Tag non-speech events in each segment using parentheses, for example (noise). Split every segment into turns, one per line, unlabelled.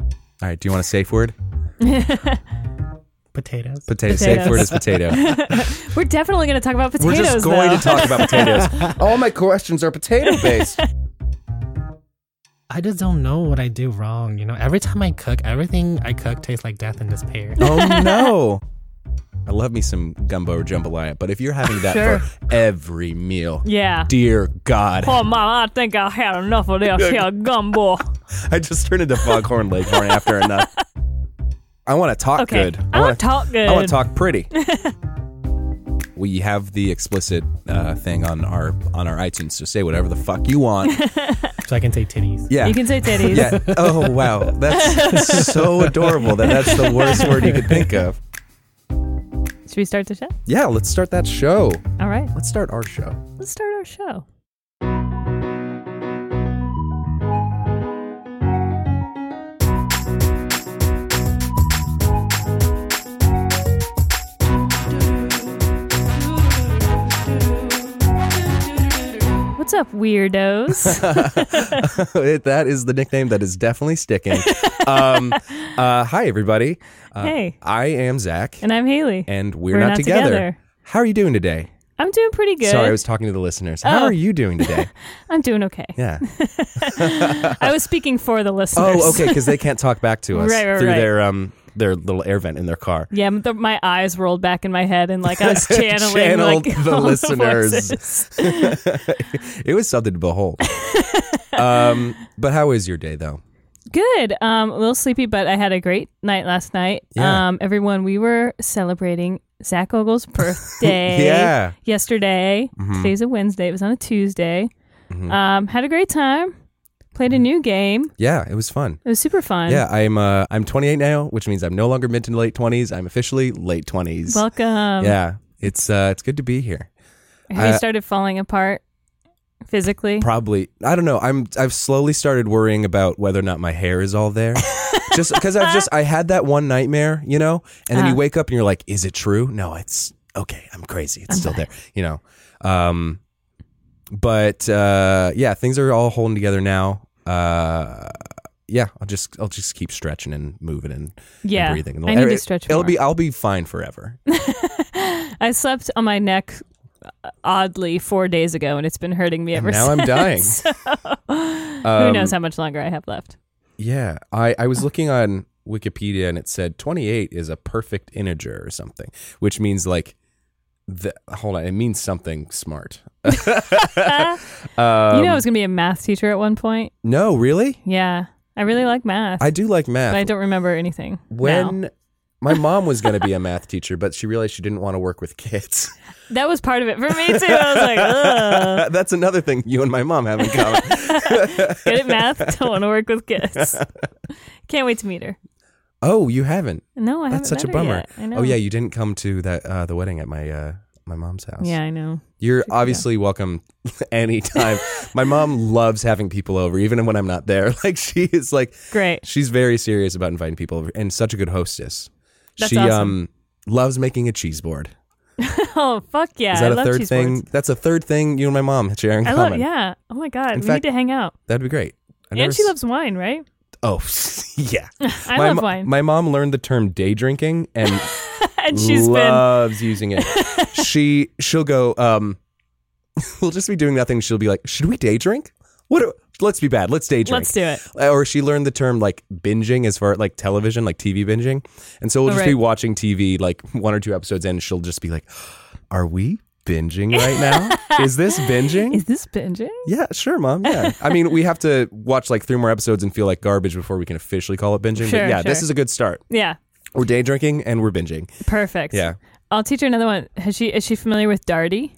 All right. Do you want a safe word? Potato.
Potatoes.
Safe
(laughs) Potatoes.
word is potato.
We're definitely going to talk about
We're
potatoes.
just going
though.
to talk about potatoes.
(laughs)
All my questions are potato based.
I just don't know what I do wrong. You know, every time I cook, everything I cook tastes like death and despair.
oh no. I love me some gumbo or jambalaya, but if you're having that
Sure.
for every meal,
yeah.
dear God,
Oh, mom, I think I had enough of this here gumbo.
I just turned into Foghorn Leghorn after enough. I want to talk
Okay.
good.
I
wanna-
want to talk good.
I want to talk
(laughs)
pretty. we have the explicit uh, thing on our on our iTunes, so say whatever the fuck you
(laughs)
want.
So I can say titties.
Yeah.
You can say titties.
yeah. Oh wow,
(laughs)
that's so adorable. That that's the worst word you could think of.
Should we start the show?
Yeah, let's start that show.
All right.
Let's start our show. (laughs)
Let's start our show. What's up, weirdos?
It- that is the nickname that is definitely
(laughs)
sticking. um, uh, hi, everybody. (laughs) Uh,
Hey.
I am Zach,
and I'm Haley.
and we're, not, together. How are you doing today?
I'm doing pretty good.
Sorry, I was talking to the listeners. How
Oh.
are you doing
(laughs)
today?
I'm
(laughs)
doing okay.
Yeah.
I was speaking for the listeners.
Oh, okay, because they can't talk back to us
Right, right,
through
right.
their um their little air vent in their car.
Yeah, m- the, my eyes rolled back in my head, and like I
(laughs)
was channeling
Channeled
like
the
(laughs) all
listeners.
voices.
It was something to
(laughs)
behold. um, but how is your day though?
Good. Um, a little sleepy, but I had a great night last night.
Yeah.
Um, everyone, we were celebrating
(laughs)
Zach Ogle's birthday.
Yeah. Mm-hmm.
Yesterday, today's a Wednesday. It was on a Tuesday. Um, had a great time. Played a new game.
Yeah, it was fun.
It was super fun.
Mm-hmm. Yeah, I'm uh, I'm 28 now, which means I'm no longer mid to late 20s. I'm officially late 20s.
Welcome.
yeah, it's uh, it's good to be here.
Have
I-
you started falling apart physically?
Probably I don't know. I'm I've slowly started worrying about whether or not my hair is all
(laughs)
there. just because I've just I had that one nightmare, you know, and then you
Uh-huh.
wake up and you're like, is it true? No, it's okay. I'm crazy. It's still there, you know. Um, but uh, yeah, things are all holding together now. Uh, yeah, I'll just I'll just keep stretching and moving and
yeah.
and breathing.
I need
It-
to stretch.
It'll
more.
be. I'll be fine
(laughs)
forever.
I slept on my neck uh, oddly four days ago, and it's been hurting me ever
now I'm dying.
since. (laughs) Who knows how much longer I have left?
Um, Yeah, I I was looking on Wikipedia and it said 28 is a perfect integer or something, which means like the hold on, it means something smart.
you
um,
know, I was going to be a math teacher at one point.
No, really?
Yeah, I really like math,
I do like math.
but I don't remember anything.
when
now.
my mom was going to be a math teacher, but she realized she didn't want to work with
(laughs)
kids.
that was part of it for me too. I was like,
(laughs)
Ugh,
That's another thing you and my mom have in
(laughs)
common.
good at math, (laughs) don't want to work
(laughs)
with kids. Can't wait to meet her.
oh, you haven't.
No, I
That's
haven't
such a
met her
bummer.
yet. I know.
Oh yeah, you didn't come to that uh, the wedding at my uh, my mom's house.
yeah, I know.
You're obviously welcome (laughs) anytime. My mom loves having people over, even when I'm not there. (laughs) Like she is like
Great.
she's very serious about inviting people over and such a good hostess.
That's
she um
awesome.
loves making a cheese board.
Oh fuck yeah!
Is that
I
a
love
third
cheese
thing?
boards.
That's a third thing you and my mom share in
I
common.
love. Yeah. Oh my god, we
fact-
need to hang out.
That'd be great. I never
And she
s-
loves wine, right?
(laughs) Oh (laughs) yeah.
(laughs) I
my
love
mo-
wine.
My mom learned the term day drinking
(laughs)
and
and she's been
loves using it. (laughs) she she'll go. Um, (laughs) we'll just be doing nothing. She'll be like, "Should we day drink? What? do- let's be bad. Let's day drink.
Let's do it.
Or she learned the term like binging as far like television, like TV binging. And so we'll
Oh,
just be
right.
watching TV like one or two episodes in. And she'll just be like, "Are we binging right
(laughs)
now? Is this binging?
Is this binging?
yeah, sure, mom. Yeah. I mean, we have to watch like three more episodes and feel like garbage before we can officially call it binging.
Sure,
but yeah, this
sure.
is a good start.
Yeah.
We're day drinking and we're binging.
Perfect.
Yeah.
I'll teach her another one. Has she is she familiar with Darty?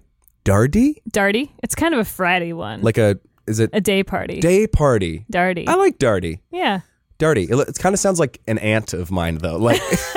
Dardy?
Darty? It's kind of a Friday one.
like a is it
a day party.
day party?
Darty.
I like darty.
yeah.
Darty. It, lo- it kind of sounds like an aunt of mine though, like (laughs)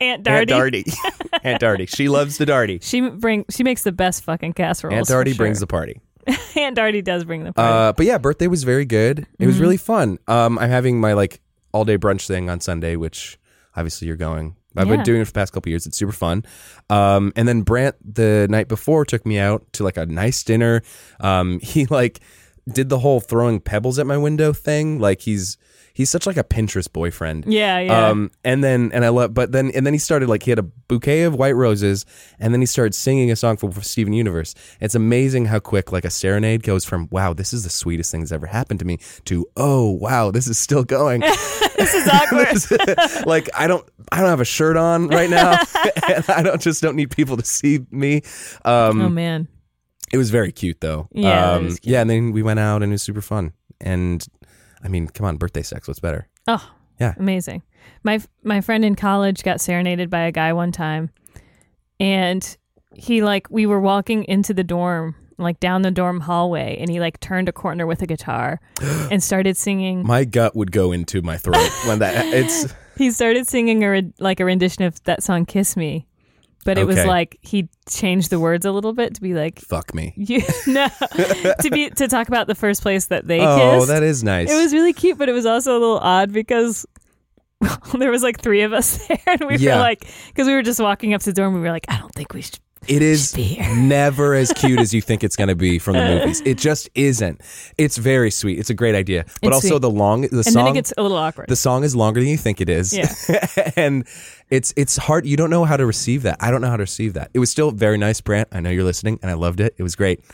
Aunt
Aunt
Darty.
Darty.
(laughs)
aunt Darty. She loves the darty.
She bring she makes the best fucking casseroles.
Aunt Darty brings the party.
the Aunt Darty does bring the party.
Uh, but yeah, birthday was very good. It was really fun. Um, I'm having my like all day brunch thing on Sunday, which obviously you're going. I've been
Yeah.
doing it for the past couple years. It's super fun. Um, and then Brant the night before took me out to like a nice (laughs) dinner. Um, he like did the whole throwing pebbles at my window thing. Like he's he's such like a Pinterest boyfriend.
Yeah, yeah.
Um, and then and I love, but then and then he started like he had a bouquet of white roses, and then he started singing a song for, for Steven Universe. It's amazing how quick like a serenade goes from wow, this is the sweetest thing that's ever happened to me to oh wow, this is still going.
(laughs) this is
(laughs)
awkward.
like I don't I don't have a shirt on right
(laughs)
now, and I don't just don't need people to see me. Um,
oh man.
it was very cute though. Um,
Yeah, it was cute.
yeah, and then we went out and it was super fun. And I mean, come on, birthday sex, what's better?
Oh,
Yeah.
amazing. My my friend in college got serenaded by a guy one time, and he like we were walking into the dorm, like down the dorm hallway, and he like turned a corner with
(gasps)
a guitar and started singing.
My gut would go into my throat when that it's
He started singing a re- like a rendition of that song "Kiss Me," but it was
Okay.
like he changed the words a little bit to be like.
fuck me.
You, (laughs)
(laughs)
no, to be to talk about the first place that they
Oh,
kissed.
that is nice.
It was really cute, but it was also a little odd because (laughs) there was like three of us (laughs) there, and we
Yeah.
were like, because we were just walking up to the dorm, we were like, I don't think we should.
It is
be here.
never
(laughs)
as cute as you think it's going to be from the movies. It just isn't. It's very sweet. It's a great idea, but
It's
also
sweet.
the long the
And
song
then it gets a little awkward.
the song is longer than you think it is.
Yeah.
(laughs) and it's it's hard. You don't know how to receive that. I don't know how to receive that. It was still very nice, Brant. I know you're listening, and I loved it. It was great.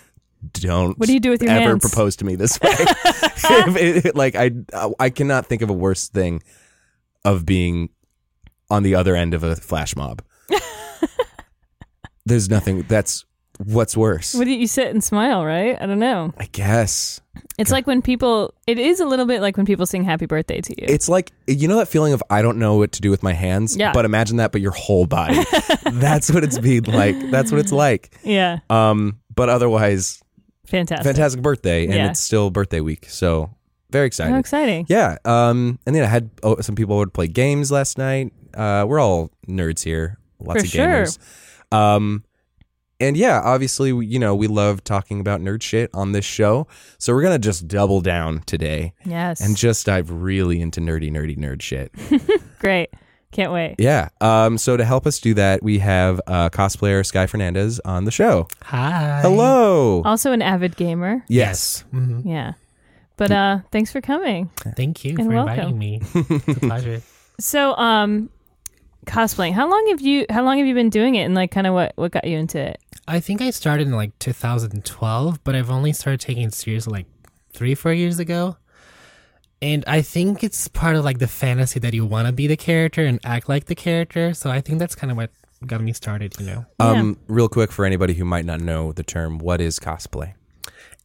Don't
What do you do with your
ever
hands?
propose to me
(laughs)
this way. It- it- (laughs) like I I cannot think of a worse thing of being on the other end of a flash
(laughs)
mob. There's nothing that's what's worse.
what do you, you sit and smile, right? I don't know.
I guess.
It's like when people. It is a little bit like when people sing "Happy Birthday" to you.
It's like you know that feeling of I don't know what to do with my hands.
Yeah.
But imagine that, but your whole
(laughs)
body. That's what it's been like. That's what it's like.
yeah,
Um, but otherwise,
fantastic.
fantastic birthday, and
Yeah.
it's still birthday week, so very excited.
How exciting!
Yeah. Um, and then I had oh, some people would play games last night. Uh, we're all nerds here, lots
For
of gamers. Um, and yeah, obviously, we- you know, we love talking about nerd shit on this show, so we're gonna just double down today
Yes,
and just dive really into nerdy, nerdy nerd shit.
great. Can't wait.
Yeah. Um, so to help us do that, we have uh, cosplayer Sky Fernandez on the show.
Hi.
Hello.
Also, an avid gamer.
yes.
Mhm.
Yeah, but
Mm-hmm.
uh, thanks for coming.
Thank you
And
for
welcome.
inviting me. It's a pleasure.
So, um, cosplaying. How long have you? How long have you been doing it? And like, kind of what what got you into it?
I think I started in like 2012, but I've only started taking it seriously like three, four years ago. And I think it's part of like the fantasy that you want to be the character and act like the character. So I think that's kind of what got me started, you know.
Um, real quick for anybody who might not know the term, what is cosplay?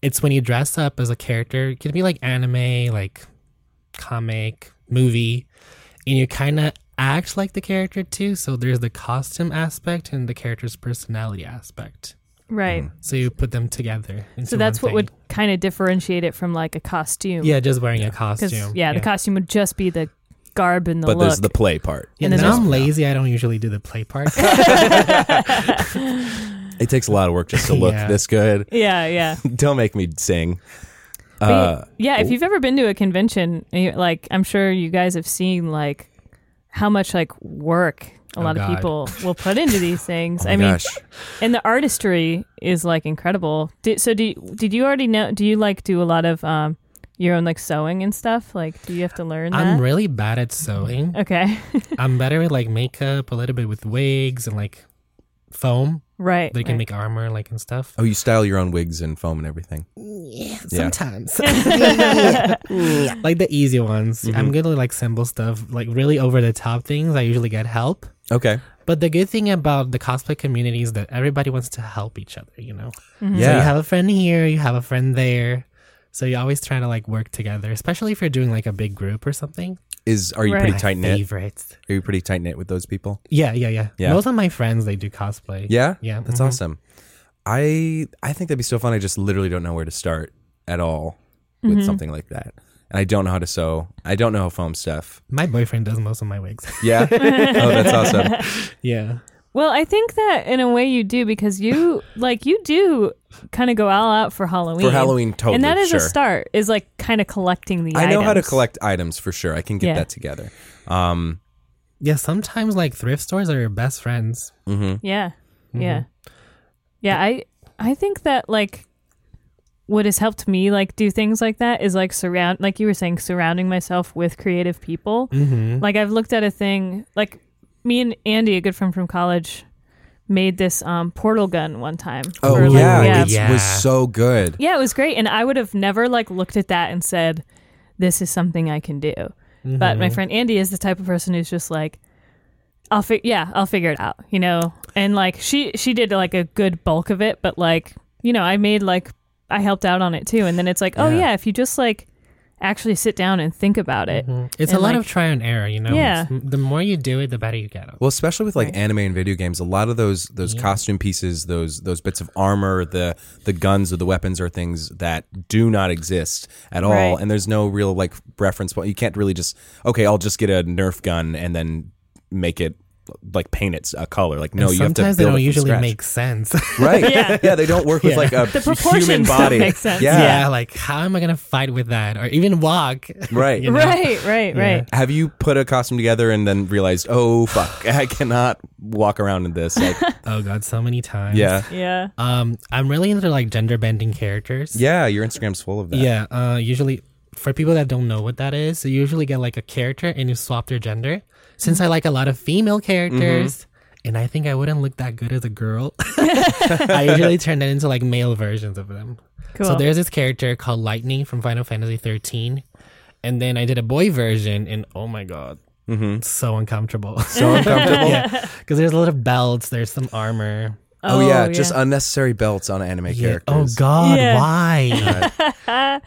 It's when you dress up as a character. It could be like anime, like comic, movie, and you kind of act like the character too. So there's the costume aspect and the character's personality aspect.
Right.
Mm-hmm.
So you put them together.
So that's what would kind of differentiate it from like a costume.
Yeah, just wearing a
'Cause,
costume.
yeah, the costume would just be the garb and the
But
look.
there's the play part.
Yeah,
And then
now
there's-
I'm lazy. I don't usually do the play
(laughs)
part.
Uh-huh.
It takes a lot of work just to
(laughs)
look
Yeah.
this good. (laughs)
yeah, yeah.
Don't make me sing.
But
Uh,
yeah, if you've ever been to a convention, you- like I'm sure you guys have seen like how much like work a lot of
God.
people will put into these things.
Oh my
I mean,
gosh.
and the artistry is like incredible. Did, so do you- did you already know? Do you like do a lot of um your own like sewing and stuff? Like, do you have to learn that?
I'm really bad at sewing.
(laughs) okay,
I'm better with like makeup, a little bit with wigs and like foam.
right.
They can
right.
make armor like and stuff.
Oh, you style your own wigs and foam and everything.
(laughs) Sometimes. (laughs) like the easy ones.
Mm-hmm.
I'm good at like simple stuff, like really over the top things. I usually get help.
Okay.
But the good thing about the cosplay community is that everybody wants to help each other, you know? So
Mm-hmm.
Yeah.
you have a friend here, you have a friend there. So you're always trying to like work together, especially if you're doing like a big group or something.
is are you
Right.
pretty
My
tight knit?
Favorites.
Are you pretty tight knit with those people?
Yeah, yeah, yeah,
Yeah.
Most of my friends they do cosplay.
Yeah.
Yeah,
That's
Mm-hmm.
mhm.
awesome. I I think that'd be so fun. I just literally don't know where to start at all with
Mm-hmm.
something like that. And I don't know how to sew. I don't know how foam stuff.
My boyfriend does most of my wigs. (laughs)
(laughs)
Yeah. oh, that's awesome.
yeah.
Well, I think that in a way you do because you
(laughs)
like you do kind of go all out for Halloween.
For Halloween, totally.
and that is
sure.
a start is like kind of collecting the.
I know how to
items.
collect items for sure. I can get
Yeah.
that together. Um,
Yeah, sometimes like thrift stores are your best friends.
Yeah, yeah, yeah. I I think that like what has helped me like do things like that is like surround like you were saying surrounding myself with creative people
Mm-hmm.
like i've looked at a thing like me and andy a good friend from college made this um, portal gun one time
Oh
Or, like,
yeah,
yeah
it
Yeah.
was so good.
yeah it was great and i would have never like looked at that and said this is something i can do but
Mm-hmm.
my friend andy is the type of person who's just like i'll fi- yeah i'll figure it out you know and like she she did like a good bulk of it but like you know i made like i helped out on it too and then it's like oh
Yeah.
yeah if you just like actually sit down and think about it
Mm-hmm.
(laughs)
It's a
And,
lot
like-
of try and error, you know.
Yeah.
It's- The more you do it, the better you get.
Well, especially with like anime and video games, a lot of those those costume pieces, those those bits of armor, the the guns or the weapons are things that do not exist at all,
Right.
and there's no real like reference point. You can't really just okay, I'll just get a Nerf gun and then make it like paint it a color. Like no,
And
you have to build
sometimes they
it
don't
from
usually
scratch.
make sense. (laughs)
right.
(laughs) Yeah.
Yeah. they don't work with
Yeah.
like a
The
human
proportions don't
body.
make sense.
Yeah.
yeah. like how am I gonna fight with that or even walk? (laughs)
right.
You know?
right right right
Have you put a costume together and then realized, oh fuck, (laughs) I cannot walk around in this? Like,
Oh god, so many times.
yeah,
yeah
Um, I'm really into like gender bending characters.
yeah. Your Instagram's full of that.
Yeah. Uh, usually for people that don't know what that is, you usually get like a character and you swap their gender. Since I like a lot of female characters.
Mm-hmm.
And I think I wouldn't look that good as a
(laughs)
girl. (laughs) I usually turn it into like male versions of them.
cool
So there's this character called Lightning from Final Fantasy 13, and then I did a boy version, and oh my god,
Mm-hmm.
so uncomfortable.
So uncomfortable.
(laughs) yeah, because there's a lot of belts, there's some armor.
Oh, yeah, just unnecessary belts on anime
Yeah,
characters.
Oh god,
Yeah.
(laughs)
why?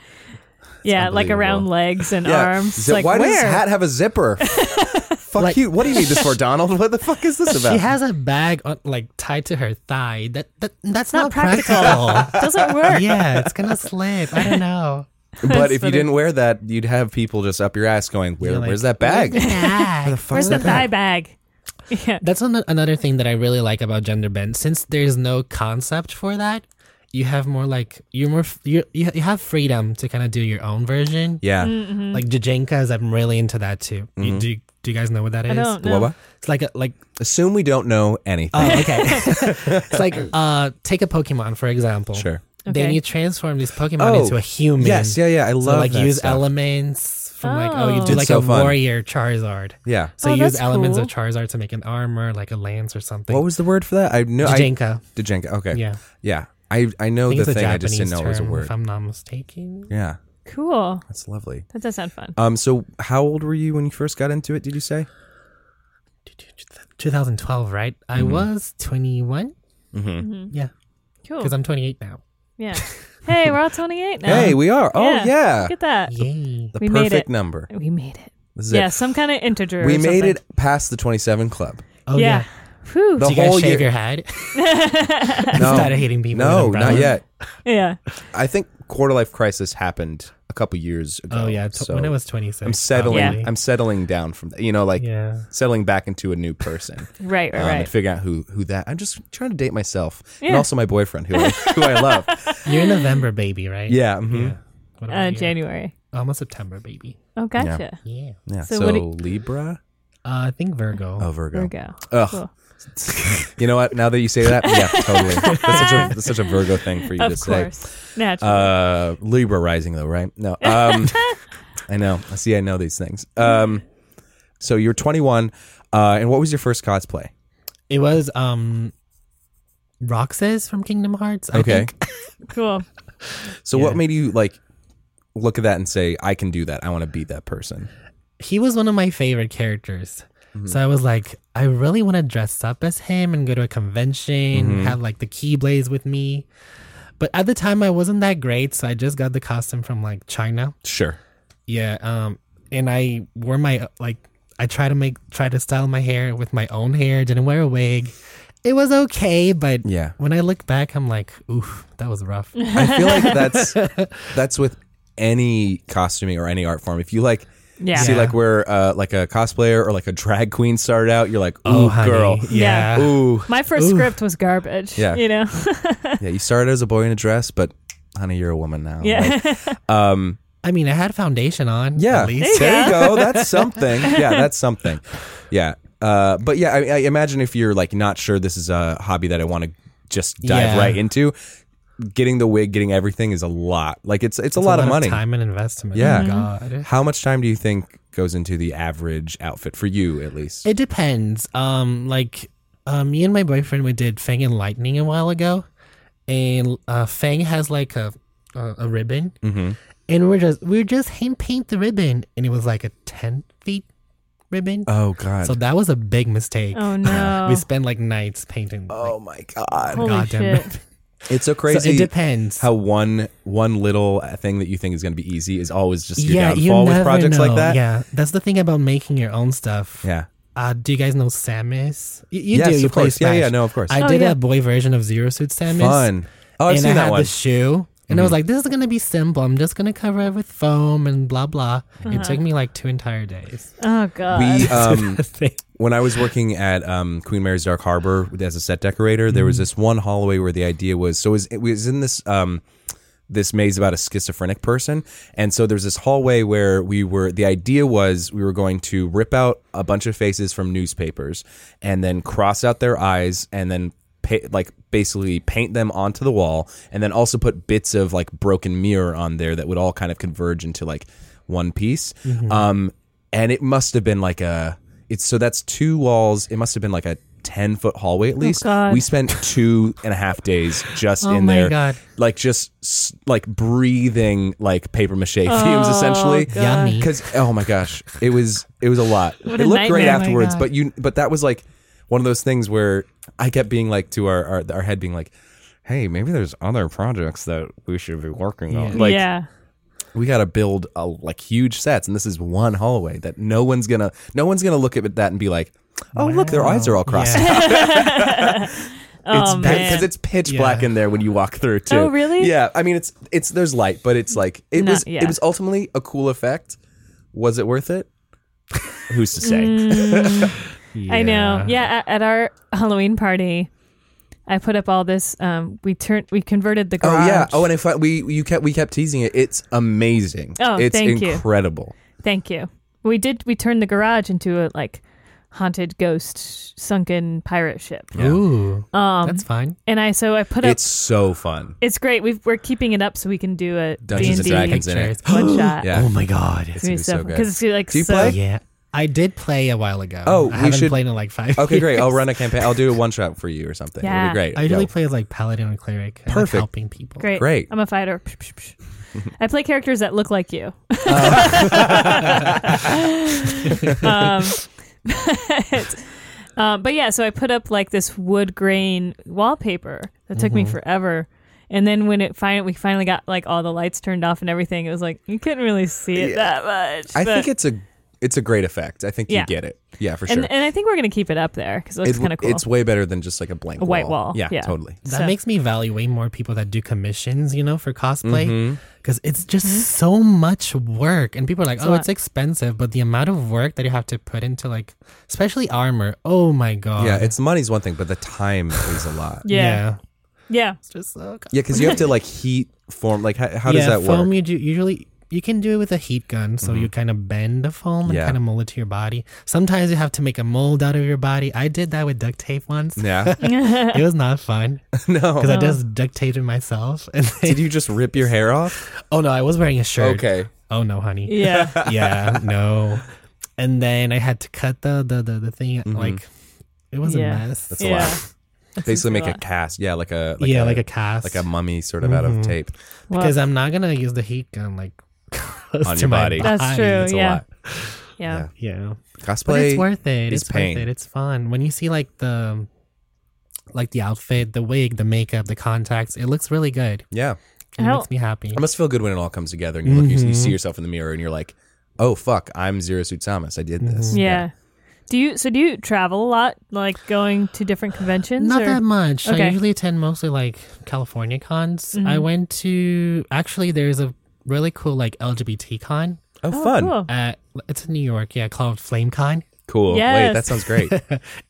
yeah like around
unbelievable.
legs and
Yeah.
arms
Is it-
like
why does
where
his hat have a
(laughs)
zipper? fuck
Like-
you. What do you need this
(laughs)
for, Donald? What the fuck is this about?
she has a bag on, like tied to her thigh. That that that's not,
not practical. (laughs)
(laughs)
practical.
doesn't work
yeah, it's gonna slip. I don't know.
but if
funny.
you didn't wear that, you'd have people just up your ass going, Where,
You're like,
where's that bag? Where
Bag.
the fuck
where's
is
the
that bag?
thigh bag (laughs) yeah
That's an- another thing that I really like about gender bend. Since there's no concept for that, you have more like you're more f- you you you have freedom to kind of do your own version.
(laughs) Yeah.
Mm-hmm.
Mm-hmm.
Like Jajenkas, I'm really into that too. You, do you- do you guys know what that is?
i don't
What-
know
what?
It's like a like
Assume we don't know anything.
(laughs) oh okay. it's like uh take a Pokemon for example.
sure.
Then
Okay.
you transform this Pokemon
Oh,
into a human.
Yes. Yeah. Yeah. I love
So like
that
use
stuff.
elements from like oh you
Oh.
do
It's
like
so
a
fun.
warrior Charizard.
Yeah.
So
Oh,
you use
that's
elements of
cool.
Charizard to make an armor, like a lance or something.
What was the word for that? I know. I,
Jajenka.
Dijenka. Okay.
Yeah.
Yeah. I, I know
I think
the
it's a
thing. I
Japanese
just didn't know
term,
it was a
if
word.
I'm not mistaken.
Yeah.
cool
That's lovely.
that does sound fun
Um. So, how old were you when you first got into it? Did you say?
2012, right? I was 21.
Mm-hmm.
Yeah,
cool
because I'm 28 now.
Yeah. Hey, we're all 28 now.
Hey, we are. Oh, yeah.
Look at that.
Yay!
The
Um, We made
perfect
it.
number.
We made it.
This is it.
Yeah, some kind of integer. or
We made
something.
it past the 27 club.
Oh yeah.
yeah. Whew.
The
Do you guys
whole
shave
year-
your head?
(laughs)
I
No.
started hating people. with
No,
umbrellas.
not yet.
(laughs) yeah.
I think quarter life crisis happened a couple years ago.
Oh yeah, t-
so
when I was 26.
I'm settling.
Yeah.
I'm settling down from that. You know, like
Yeah.
settling back into a new person.
Right, right,
Um,
right.
And figuring out who who that. I'm just trying to date myself and
Yeah.
also my boyfriend who I, who I love.
You're a November baby, right?
Yeah. mhm.
Yeah. What about
uh,
you?
January.
Almost September baby.
Oh, gotcha.
Yeah.
Yeah.
So
So,
what do-
Libra.
Uh, I think Virgo.
Oh Virgo.
Virgo.
Ugh.
Cool.
You know what? Now that you say that, yeah, totally. That's such
(laughs)
a, that's such a Virgo thing for you to
Of
say.
course. Naturally.
Uh, Libra rising though, right? No.
(laughs)
Um, I know. I see. I know these things. Um, so you're 21, uh, and what was your first cosplay?
It was um, Roxas from Kingdom Hearts. I
Okay.
think.
cool.
So
Yeah.
what made you like look at that and say, I can do that. I want to be that person.
he was one of my favorite characters.
Mm-hmm.
So I was like, I really want to dress up as him and go to a convention,
Mm-hmm.
have like the Keyblaze with me. But at the time, I wasn't that great, so I just got the costume from like China.
Sure.
Yeah, um, and I wore my like I tried to make try to style my hair with my own hair. Didn't wear a wig. It was okay, but
Yeah.
when I look back, I'm like, oof, that was rough.
I feel like that's
(laughs)
that's with any costuming or any art form. If you like.
Yeah.
See,
Yeah.
like where uh, like a cosplayer or like a drag queen started out, you're like,
Oh,
ooh,
honey.
girl,
yeah.
ooh,
My first script was garbage.
Yeah.
You know?
(laughs) yeah. You started as a boy in a dress, but honey, you're a woman now.
yeah.
(laughs)
(laughs)
Like, um,
I mean, I had foundation on.
Yeah,
at least.
there you, go. That's something. Yeah, that's something. Yeah, uh, but yeah, I, I imagine if you're like not sure this is a hobby that I want to just dive
Yeah.
right into, getting the wig, getting everything is a lot. Like it's it's, a, lot of money.
time and investment.
Yeah.
Oh, God.
How much time do you think goes into the average outfit for you at least?
It depends. Um, like, uh, me and my boyfriend we did Fang and Lightning a while ago, and uh, Fang has like a a, a ribbon,
mm-hmm.
and we're just we're just hand paint the ribbon, and it was like a ten feet ribbon.
Oh god.
so that was a big mistake.
Oh no.
We spent like nights painting. like,
oh my god.
Holy
goddamn (laughs)
shit.
ribbon.
It's so
So
crazy
it depends.
how one one little uh, thing that you think is going to be easy is always just your
yeah, you
downfall
never
with projects
know.
like that.
Yeah, that's the thing about making your own stuff.
Yeah.
Uh, do you guys know Samus? You, you
yes,
do. You
of
play
course. Yeah,
Smash.
yeah, no, of course.
I
Oh,
did
yeah.
a boy version of Zero Suit Samus.
Fun. Oh, I've
and
seen
I
that
had
one. Mm-hmm.
the shoe, and I was like, "This is gonna be simple. I'm just gonna cover it with foam and blah blah."
Uh-huh.
It took me like two
(laughs)
entire days.
Oh
(laughs)
god.
we um,
Thing.
when I was working at um, Queen Mary's Dark Harbor as a set decorator, there
Mm.
was this one hallway where the idea was so it was, it was in this um, this maze about a schizophrenic person, and so there's this hallway where we were. The idea was we were going to rip out a bunch of faces from newspapers and then cross out their eyes and then. Pa- like basically paint them onto the wall and then also put bits of like broken mirror on there that would all kind of converge into like one piece
Mm-hmm.
um and it must have been like a it's so that's two walls it must have been like a 10 foot hallway at least
God.
we spent two and a half days just
Oh
in
my
there
God.
like just s- like breathing like paper mache (laughs)
Oh,
fumes essentially
God.
Yummy.
because oh my gosh it was it was a lot
What
it
a
looked great
nightmare. Oh my
afterwards
God.
but you but that was like one of those things where i kept being like to our our, our head being like hey maybe there's other projects that we should be working on like
yeah.
we got to build a, like huge sets and this is one hallway that no one's gonna no one's gonna look at that and be like oh look their eyes are all crossed
Yeah.
(laughs) out
Oh
it's
man.
because it's pitch
Yeah.
black in there when you walk through too
Oh, really?
yeah i mean it's it's there's light but it's like it
Not-
was
yeah.
it was ultimately a cool effect was it worth it (laughs) who's to say
Mm. I know. Yeah, at, at our Halloween party, I put up all this. Um, we turned, we converted the garage.
oh yeah oh and if I, we you kept we kept teasing it it's amazing
Oh,
it's
thank you.
incredible
Thank you. We did. We turned the garage into a like haunted ghost sunken pirate ship.
Ooh,
Um,
that's fine.
And I so I put up.
it's so fun
It's great. We've, we're keeping it up so we can do a
Dungeons and
D&D
Dragons (gasps) in it
Pictures.
one shot.
Yeah.
Oh my God. Oh,
It's gonna be
It's gonna
so
be so
because it's like
Do you
so.
play?
Yeah, I did play a while ago.
Oh,
I
we
haven't
should-
played in like five.
okay great i'll
years.
run a campaign i'll do a one shot for you or something it'll
Yeah.
be great
I usually
Yo.
play as like paladin or cleric. I like
Perfect.
helping people.
Great.
Great.
I'm a fighter. I play characters that look like
(laughs)
you.
Oh.
(laughs) um, but, um, but yeah, so I put up like this wood grain wallpaper that took me
Mm-hmm.
forever. And then when it fin- we finally got like all the lights turned off and everything, it was like you couldn't really see it that much.
I
but-
think it's a it's a great effect. I think
Yeah.
you get it. Yeah, for sure.
and, and I think we're gonna keep it up there because it looks
It-
kind of cool.
It's way better than just like a blank
A white wall.
Yeah,
Yeah.
totally.
That
So-
makes me value way more people that do commissions, you know, for
Mm-hmm.
cosplay. Because it's just so much work. And people are like,
a
oh,
lot.
it's expensive. But the amount of work that you have to put into, like, especially armor. Oh my God.
Yeah, it's money's one thing, but the time is a lot.
yeah. yeah,
It's just so. co-
Yeah, because you have to like heat form. Like, how, how does
yeah,
that work?
foam
Mm-hmm.
you do usually. You can do it with a heat gun, so you kind of bend the foam and
Yeah.
kind of mold it to your body. Sometimes you have to make a mold out of your body. I did that with duct
(laughs)
tape once.
Yeah,
it was not fun
no. (laughs)
because I just duct taped it myself. And
Did you just rip your hair off?
(laughs) oh no, I was wearing a shirt.
Okay.
Oh no, honey.
(laughs)
yeah.
yeah, no. And then I had to cut the the the, the thing like it was
Yeah.
a mess.
Mm-hmm. That's a
yeah.
lot. Basically, make a
lot.
cast. Yeah, like a like
yeah,
a,
like a cast.
like a mummy sort of out of tape
Well,
because I'm not gonna use the heat gun like (laughs) close
on
to
your
my
body.
That's true.
That's a
yeah.
lot.
yeah.
Yeah.
Yeah,
Cosplay.
but it's worth it.
is
It's
pain.
worth it. It's fun when you see like the like the outfit, the wig, the makeup, the contacts. It looks really good.
yeah,
It
How-
makes me happy.
it must feel good when it all comes together and you look, you, you see yourself in the mirror and you're like, oh fuck, I'm Zero Suit Samus. I did this.
Yeah. Do you so do you travel a lot, like going to different conventions?
Not
or-
that much.
Okay. Mm-hmm.
I usually attend mostly like California cons. I went to actually there's a really cool like LGBT con
Oh,
Oh,
fun.
cool.
at Uh, it's in New York, yeah, called FlameCon.
Cool. Wait,
Yes.
that sounds great.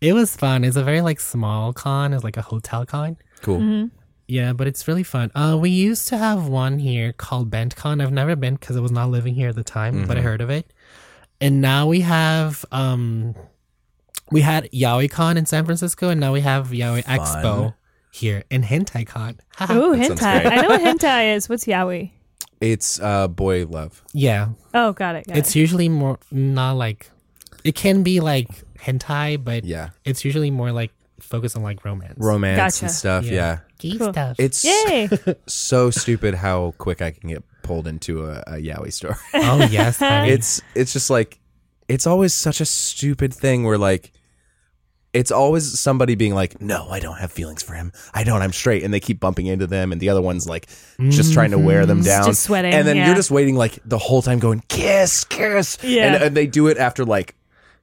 It was fun. It's a very like small con. It's like a hotel con.
Cool.
Yeah, but it's really fun. Uh, we used to have one here called BentCon. I've never been because I was not living here at the time, but I heard of it. And now we have um, we had YaoiCon in San Francisco, and now we have Yaoi Expo here in hentai con. Haha.
Ooh,
That sounds
hentai.
great.
I know what hentai is. What's yaoi?
It's uh, boy love.
yeah,
Oh, got it. Got
it's usually more not like it can be like hentai, but
Yeah,
it's usually more like focused on like romance,
romance
Gotcha.
and stuff. Yeah,
Yeah. gay
Cool.
stuff.
it's
it. Yay.
so stupid how quick I can get pulled into a, a yaoi
(laughs)
store.
oh yes, honey.
it's it's just like it's always such a stupid thing where like it's always somebody being like, "No, I don't have feelings for him. I don't. I'm straight." And they keep bumping into them, and the other one's like, just trying to wear them down,
Mm-hmm. just sweating,
And then
yeah.
you're just waiting like the whole time, going, "Kiss, kiss."
Yeah.
And, and they do it after like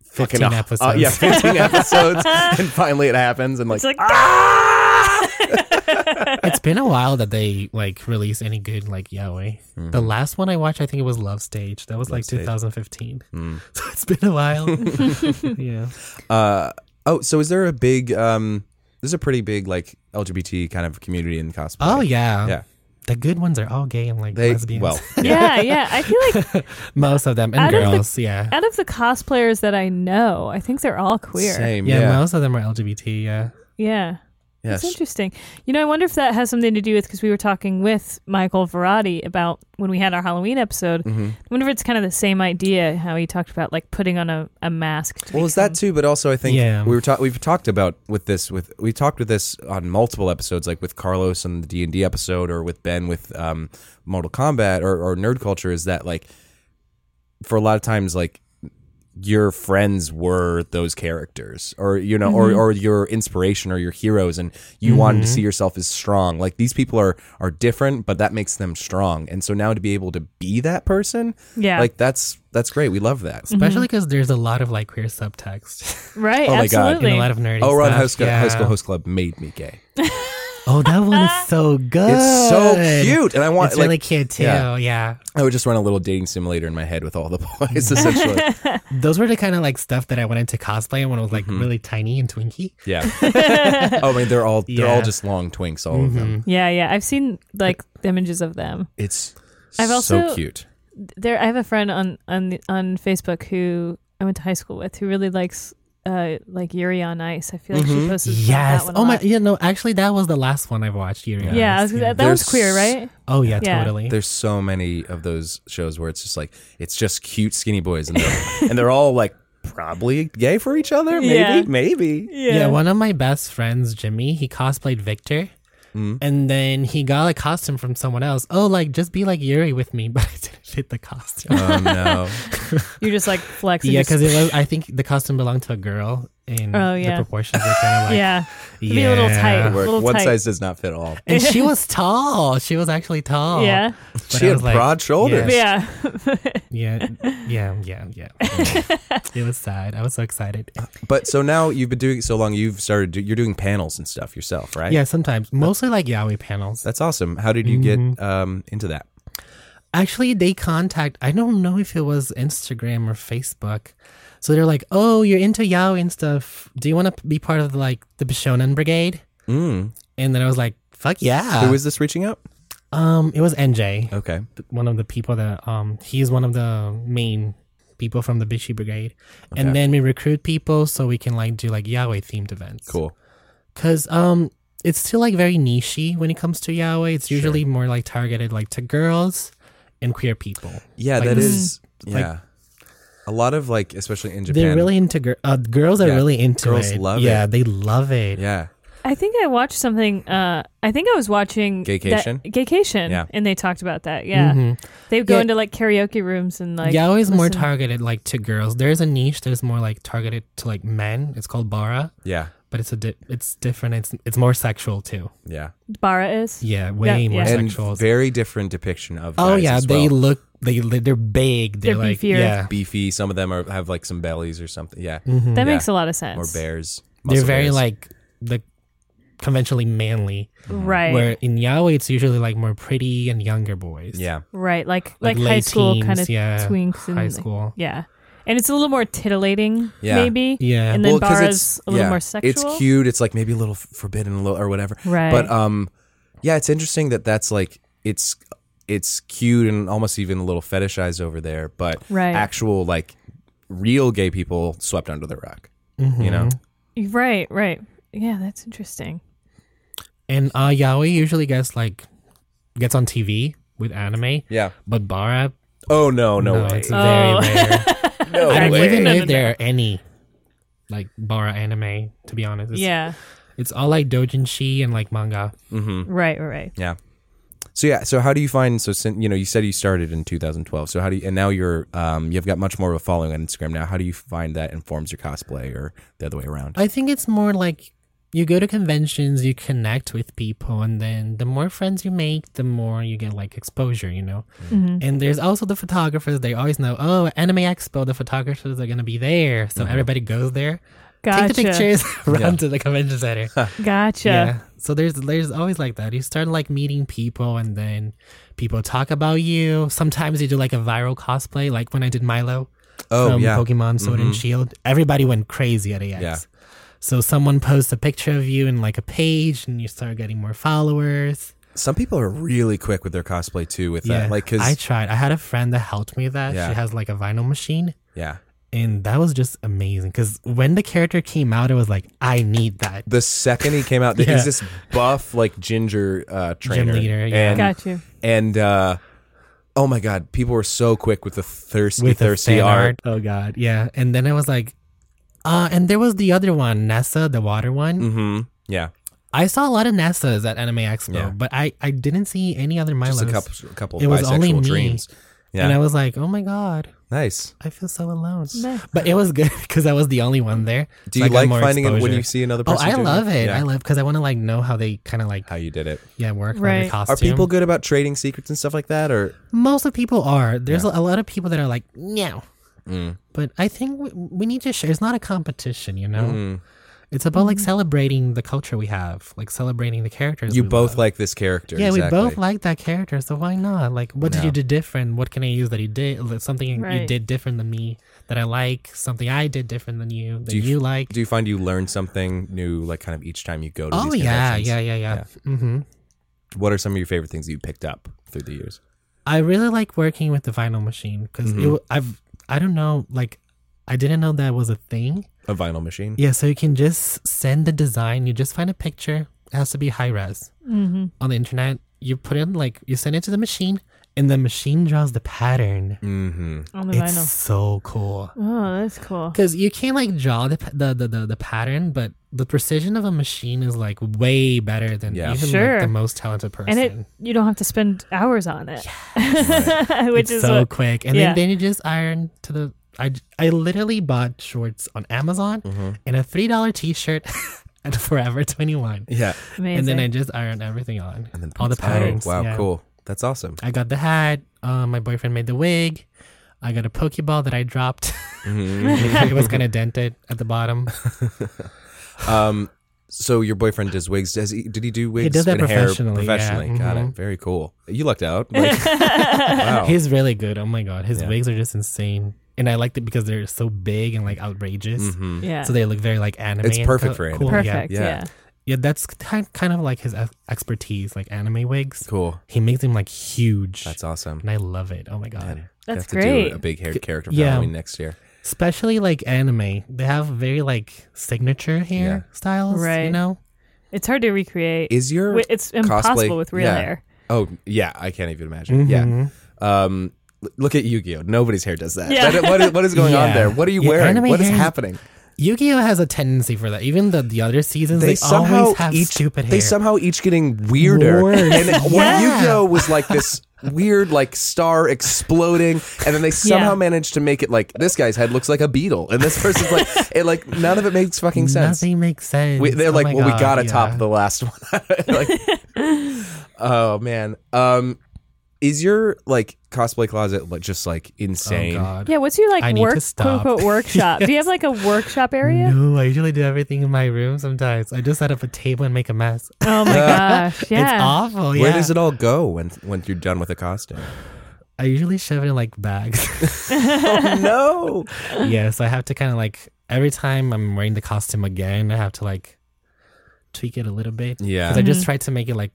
fucking
15
uh,
episodes.
yeah,
(laughs)
15 episodes, and finally it happens, and like, (laughs)
It's like,
it's been a while that they like released any good like yaoi. The last one I watched, I think it was Love Stage. That was like
Mm-hmm. Stage. Mm.
2015. (laughs) So it's been a while. yeah.
uh, oh, so is there a big? um There's a pretty big like LGBT kind of community in cosplay.
Oh yeah.
yeah.
The good ones are all gay and like
They
lesbians.
well,
yeah, yeah. I feel like
(laughs) most of them and
Out of the-
girls. yeah.
out of the cosplayers that I know, I think they're all queer.
same,
yeah.
yeah.
Most of them are LGBT. Yeah.
Mm-hmm. Yeah.
Yes.
It's interesting. You know, I wonder if that has something to do with because we were talking with Michael Verratti about when we had our Halloween episode.
Mm-hmm.
I wonder if it's kind of the same idea how he talked about like putting on a, a mask. To
Well, is that
become-
too? But also, I think
Yeah.
we were ta- we've talked about with this with we talked with this on multiple episodes, like with Carlos on the D and D episode, or with Ben with um, Mortal Kombat or, or Nerd Culture. Is that like for a lot of times, like your friends were those characters, or you know, or or your inspiration or your heroes, and you wanted to see yourself as strong. Like these people are are different, but that makes them strong. And so now to be able to be that person,
Yeah.
like that's that's great. We love that.
Especially because there's a lot of like queer
(laughs)
subtext
right?
Oh my God.
absolutely.
and a lot of nerdy.
Oh, Ron
stuff.
High School,
yeah.
High School Host Club made me gay.
Oh, that one is so
(laughs)
good.
It's so cute, and I want
It's
like
really cute too.
yeah.
yeah.
I would just run a little dating simulator in my head with all the (laughs)
(laughs)
boys, essentially.
Those were the kind of like stuff that I wanted to cosplay when I was like
Mm-hmm.
really tiny and twinky.
yeah. oh, I mean, they're all they're all
Yeah. Mm-hmm.
just long twinks, all of them.
yeah, yeah. I've seen like images of them.
It's
I've
so
also-
cute.
There, I have a friend on on the- on Facebook who I went to high school with who really likes uh like Yuri on Ice. I feel like she posted about
Mm-hmm. Yes.
That one a
Oh my.
lot.
Yeah. No. Actually, that was the last one I've watched. Yuri on
Yeah, I
Ice,
was, gonna- that, that
There's
was queer, right?
Oh yeah.
Yeah.
Totally.
There's so many of those shows where it's just like it's just cute skinny boys, and
(laughs)
they're, and they're all like probably gay for each other. Maybe,
Yeah.
maybe.
yeah. One of my best friends, Jimmy, he cosplayed Victor.
Mm.
And then he got a costume from someone else. Oh, like just be like Yuri with me, (laughs) but it didn't fit the
(laughs)
costume.
Oh
(laughs)
no.
You're just like flexing.
yeah,
just-
because it was. I think the costume belonged to a girl, and
Oh,
the
yeah.
proportions were kind of like
(laughs) yeah, It'd be a little tight.
Yeah.
Where
little
one
tight.
size does not fit all.
And
(laughs)
she was tall. She was actually tall.
yeah,
But
she
I Oh.
had
was like,
broad shoulders.
yeah.
Yeah, yeah, yeah, yeah. it was sad. I was so excited.
But so now you've been doing it so long, you've started. Do, you're doing panels and stuff yourself, right?
Yeah, sometimes mostly like Yahweh panels.
That's awesome. How did you get
Mm-hmm.
um, into that?
Actually, they contact. I don't know if it was Instagram or Facebook. So they're like, "Oh, you're into Yahweh and stuff. Do you want to be part of like the Bishonen Brigade?"
Mm.
And then I was like, "Fuck yeah!"
Who is this reaching out?
um, it was NJ,
Okay.
one of the people that um, he's one of the main people from the Bishi Brigade.
Okay.
And then we recruit people so we can like do like Yahweh themed events.
Cool.
because um it's still like very nichey when it comes to yaoi it's usually more like targeted like to girls and queer people
Yeah,
Like
that
this-
is.
like-
yeah. a lot of like, especially in Japan.
they're really into gir- uh, girls are
Yeah,
really into
girls
it
love
yeah
it.
they love it
yeah.
I think I watched something. Uh, I think I was watching
Gaycation?
that- Gaycation,
Yeah.
and they talked about that. Yeah, they would
Mm-hmm.
go
Yeah.
into like karaoke rooms and like
yaoi is more
listen-
targeted like to girls there's a niche that's more like targeted to like men it's called bara
Yeah.
but it's a di- it's different it's it's more sexual too
Yeah.
Bara is.
yeah way
Yeah,
more
yeah.
And
sexual
very different depiction of.
oh
guys
yeah
as
they
well.
look they li- they're big they're,
They're
like
beefier.
yeah
beefy. Some of them are have like some bellies or something. Yeah. Yeah.
That makes a lot of sense.
Or bears.
Mm-hmm. they're
muscle
very
bears.
like the conventionally manly
right,
Mm-hmm. Where in Yahweh, it's usually like more pretty and younger boys.
Yeah.
right, like
Like
like, high
late
school kind of
teens, yeah.
twinks and
High school.
yeah, and it's a little more titillating,
Yeah.
maybe,
Yeah.
and then
because
Bara's a little more sexual.
It's cute. It's like maybe a little f- forbidden, a little or whatever.
Right.
But um, yeah, it's interesting that that's like it's it's cute and almost even a little fetishized over there, but
Right.
actual like real gay people swept
Mm-hmm.
under the rug. You know,
Right, right. Yeah, that's interesting.
And uh, yaoi usually gets like gets on TV with anime,
Yeah.
but bara,
Oh no, no, way.
it's very
Oh. (laughs)
rare.
No
I don't
way. (laughs)
even know
No,
if
no,
there are any like bara anime. To be honest, it's,
yeah.
it's all like doujinshi and like manga.
Right, right, right.
Yeah. Mm-hmm. So yeah, so how do you find so sin you know you said you started in 2012. So how do you and now you're um you've got much more of a following on Instagram now. How do you find that informs your cosplay or the other way around?
I think it's more like you go to conventions, you connect with people, and then the more friends you make, the more you get like exposure, you know? And there's also the photographers. They always know, oh, Anime Expo, the photographers are going to be there. So everybody goes there,
Gotcha.
take the pictures, (laughs) run to the convention center.
Gotcha.
yeah. So there's there's always like that. You start like meeting people, and then people talk about you. Sometimes you do like a viral cosplay, like when I did Milo
Oh,
from
yeah.
Um, Pokemon Sword and Shield. Everybody went crazy at AX.
Yeah.
So someone posts a picture of you in like a page, and you start getting more followers.
Some people are really quick with their cosplay too with that. Like cuz
I tried. I had a friend that helped me with that.
Yeah.
She has like a vinyl machine.
yeah.
And that was just amazing because when the character came out, it was like, I need that.
The second he came out,
Yeah.
he's this buff like ginger uh trainer
leader, yeah.
and
Got you.
and uh oh my god, people were so quick with the thirsty
with the
thirsty
fan
art.
art. Oh god, yeah. And then I was like, uh, and there was the other one, Nessa, the water one.
Mhm. Yeah.
I saw a lot of Nessas at Anime Expo,
Yeah.
but I I didn't see any other Milos.
Just a couple a couple
It was
bisexual
only me.
dreams. Yeah.
And I was like, oh my god,
nice.
I feel so alone.
Nice.
But it was good (laughs) because I was the only one there.
Do
so
you
I got
like
more
finding it when
exposure.
you see another
Oh,
person?
I
doing
love it.
Yeah.
I love because I want to like know how they kind of like
how you did it.
yeah work on
Right.
their
Are
costume.
people good about trading secrets and stuff like that? Or
Most of people are. There's a lot of people that are like no,
Mm.
but I think we, we need to share. It's not a competition, you know.
Mm.
It's about like celebrating the culture we have, like celebrating the characters.
you
we
both
love.
like this character?
Yeah,
exactly.
we both like that character, so why not? Like, what did
Yeah.
you do different? What can I use that you did? that Something you
Right.
did different than me that I like. Something I did different than you that
Do
you,
you-
like.
Do you find you learn something new, like kind of each time you go to?
oh
these
yeah,
conventions?
yeah, yeah, yeah, hmm
What are some of your favorite things that you picked up through the years?
I really like working with the vinyl machine because it
Mm-hmm.
w- I've I don't know like I didn't know that was a thing.
A vinyl machine.
Yeah, so you can just send the design. You just find a picture. It has to be high res
Mm-hmm.
on the internet. You put in like you send it to the machine, and the machine draws the pattern.
Mm-hmm.
On the
It's
vinyl.
so cool
Oh, that's cool.
because you can like draw the, pa- the the the the pattern, but the precision of a machine is like way better than
Yeah.
even
Sure.
like, the most talented person.
And it you don't have to spend hours on it. (laughs) Which
it's
is
so
what-
quick. And
yeah.
then, then you just iron to the. I, j- I literally bought shorts on Amazon
Mm-hmm.
and a three dollar t shirt (laughs) at Forever Twenty One,
Yeah.
amazing.
and then I just ironed everything on.
And then
all the
Oh,
patterns.
wow,
yeah.
cool. That's awesome.
I got the hat. Uh, my boyfriend made the wig. I got a pokeball that I dropped. (laughs)
Mm-hmm.
it was kind of dented at the bottom.
Um, so your boyfriend does wigs. Does he? Did he do wigs?
does that
and hair
professionally, yeah.
Professionally. Got it.
Mhm.
Very cool. You lucked
(laughs)
out. Like, wow.
He's really good. Oh my god, his
Yeah.
wigs are just insane, and I liked it because they're so big and like outrageous.
Mhm.
yeah.
So they look very like anime.
It's
and
perfect
co-
for anime.
cool,
Perfect.
yeah.
Yeah.
Yeah, yeah that's kind kind of like his ex- expertise, like anime wigs.
Cool.
He makes them like huge,
That's awesome.
and I love it. Oh my god,
Man, we
That's
have to do
great.
a big hair character for
Yeah.
Halloween next year.
especially like anime. They have very like signature hair styles. You
Right.
know,
It's hard to recreate.
Is your
Wi- it's impossible
cosplay-
with real
yeah.
hair.
Oh yeah, I can't even imagine.
Mm-hmm.
Yeah. Um, l- look at Yu-Gi-Oh. Nobody's hair does that.
Yeah.
That- what, is, what is going on
Yeah.
there? What are you
Yeah,
wearing?
anime
What is
hair is-
happening?
Yu-Gi-Oh has a tendency for that. Even the the other seasons, they, always have stupid hair.
they somehow each getting weirder.
Worse.
And
(laughs)
when
Yeah.
Yu-Gi-Oh was like this weird like star exploding, and then they somehow
Yeah.
managed to make it like this guy's head looks like a beetle, and this person's
(laughs)
like it like none of it makes fucking sense.
Nothing makes sense.
We, they're
Oh
like,
my
well, we
God,
gotta top
yeah.
the last one. (laughs)
(laughs)
Like, oh man, um, is your like cosplay closet like just like insane?
Oh god.
Yeah, what's your like
I need to
work quote
stop.
unquote workshop? Do you have like a workshop area?
(laughs) No, I usually do everything in my room sometimes. I just set up a table and make a mess. (laughs)
Oh my gosh. Yeah.
Uh, It's awful.
Where
yeah.
does it all go when when you're done with a
(laughs)
costume?
I usually shove it in like
(laughs)
bags. (laughs)
oh no!
yeah, so I have to kind of like every time I'm wearing the costume again, I have to like tweak it a little bit.
Yeah.
because I just try to make it like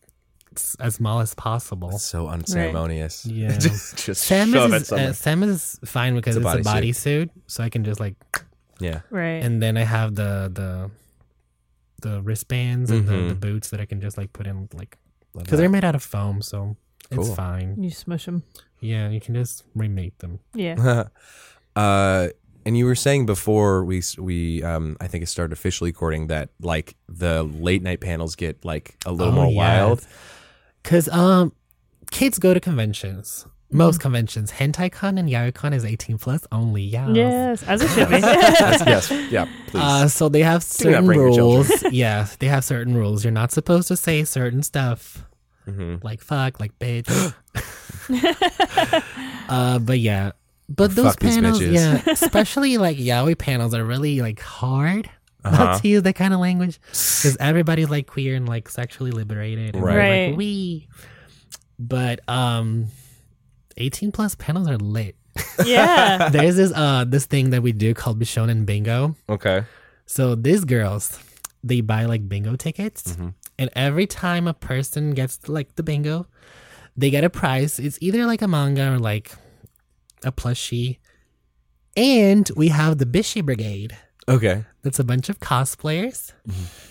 s- as small as possible.
It's (laughs) so unceremonious.
Yeah.
just just shove
Samus
it
is, uh,
somewhere.
Samus is fine because
It's
it's
a
a
bodysuit.
bodysuit, so I can just like,
yeah.
Right.
and then I have the the the wristbands and the, the
Mm-hmm.
boots that I can just like put in like because they're made out of foam, so it's
Cool.
fine.
You smush them.
Yeah, you can just remake them.
Yeah.
(laughs)
uh, and you were saying before we s- we um, I think it started officially recording that like the late night panels get like a little
Oh,
more
yes. (laughs)
wild.
Cause um, kids go to conventions. Most conventions, HentaiCon and YaoCon is 18 plus only. Yeah.
Yes, as it should be.
(laughs)
(laughs)
yes, yeah, please.
Uh, so they have
not
certain
bring your children.
rules. yeah, they have certain rules. You're not supposed to say certain stuff,
Mhm.
like fuck, like
(gasps)
bitch. (laughs) uh, but yeah, but those
Fuck these
panels,
bitches. (laughs)
yeah, especially like Yaoi panels are really like hard.
Uh-huh.
Not to use that kind of language because everybody's like queer and like sexually liberated, and we're,
Right. Right.
Like we, but um, eighteen plus panels are lit.
yeah.
There's this uh this thing that we do called Bishonen Bingo,
okay.
so these girls, they buy like bingo tickets, and every time a person gets like the bingo, they get a prize. It's either like a manga or like a plushie. And we have the Bishi Brigade.
Okay.
That's a bunch of cosplayers.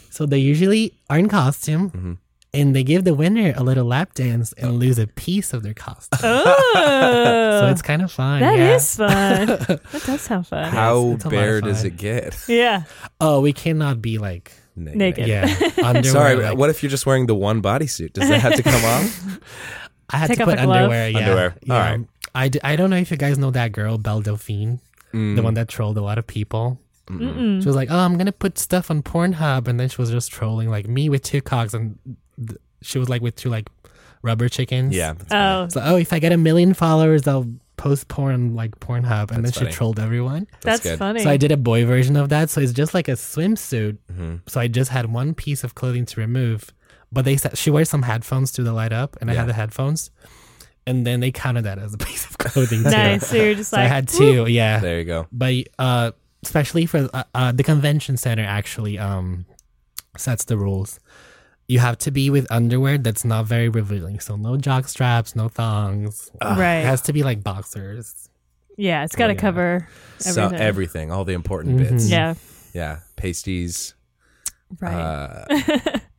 So they usually are in costume, and they give the winner a little lap dance and lose a piece of their costume.
Oh,
so it's kind of fun.
that
yeah. (laughs)
is fun. that does sound fun.
How
it's a lot of
bare does
fun.
it get?
(laughs)
yeah.
Oh, we cannot be like
Naked. (laughs)
yeah. underwear,
Sorry,
like-
what if you're just wearing the one bodysuit? Does that have to come off?
(laughs) I had
Take
to
off
put
a glove?
underwear. Yeah.
Underwear.
Yeah.
All right.
I, d- I don't know if you guys know that girl, Belle Delphine, the
Mm.
one that trolled a lot of people. She was like, oh, I'm going to put stuff on Pornhub. And then she was just trolling like me with two cocks. And th- she was like with two like rubber chickens.
Yeah. that's fine.
Oh,
So, oh, if I get a million followers, I'll post porn like Pornhub. And then
That's
she
funny.
trolled everyone.
that's,
good.
funny.
So I did a boy version of that. So it's just like a swimsuit. So I just had one piece of clothing to remove. But they said she wears some headphones to the light up, and I
Yeah.
had the headphones. And then they counted that as a (laughs) piece of clothing too.
nice. So you're just
So
like,
I had two, yeah.
There you go.
But uh, especially for uh, uh, the convention center, actually um, sets the rules. You have to be with underwear that's not very revealing. So no jock straps, no thongs. uh, It
right.
has to be like boxers.
yeah, it's got to
yeah.
cover everything.
So everything, all the important
Mhm.
bits.
yeah.
Yeah. Pasties.
Right.
Uh,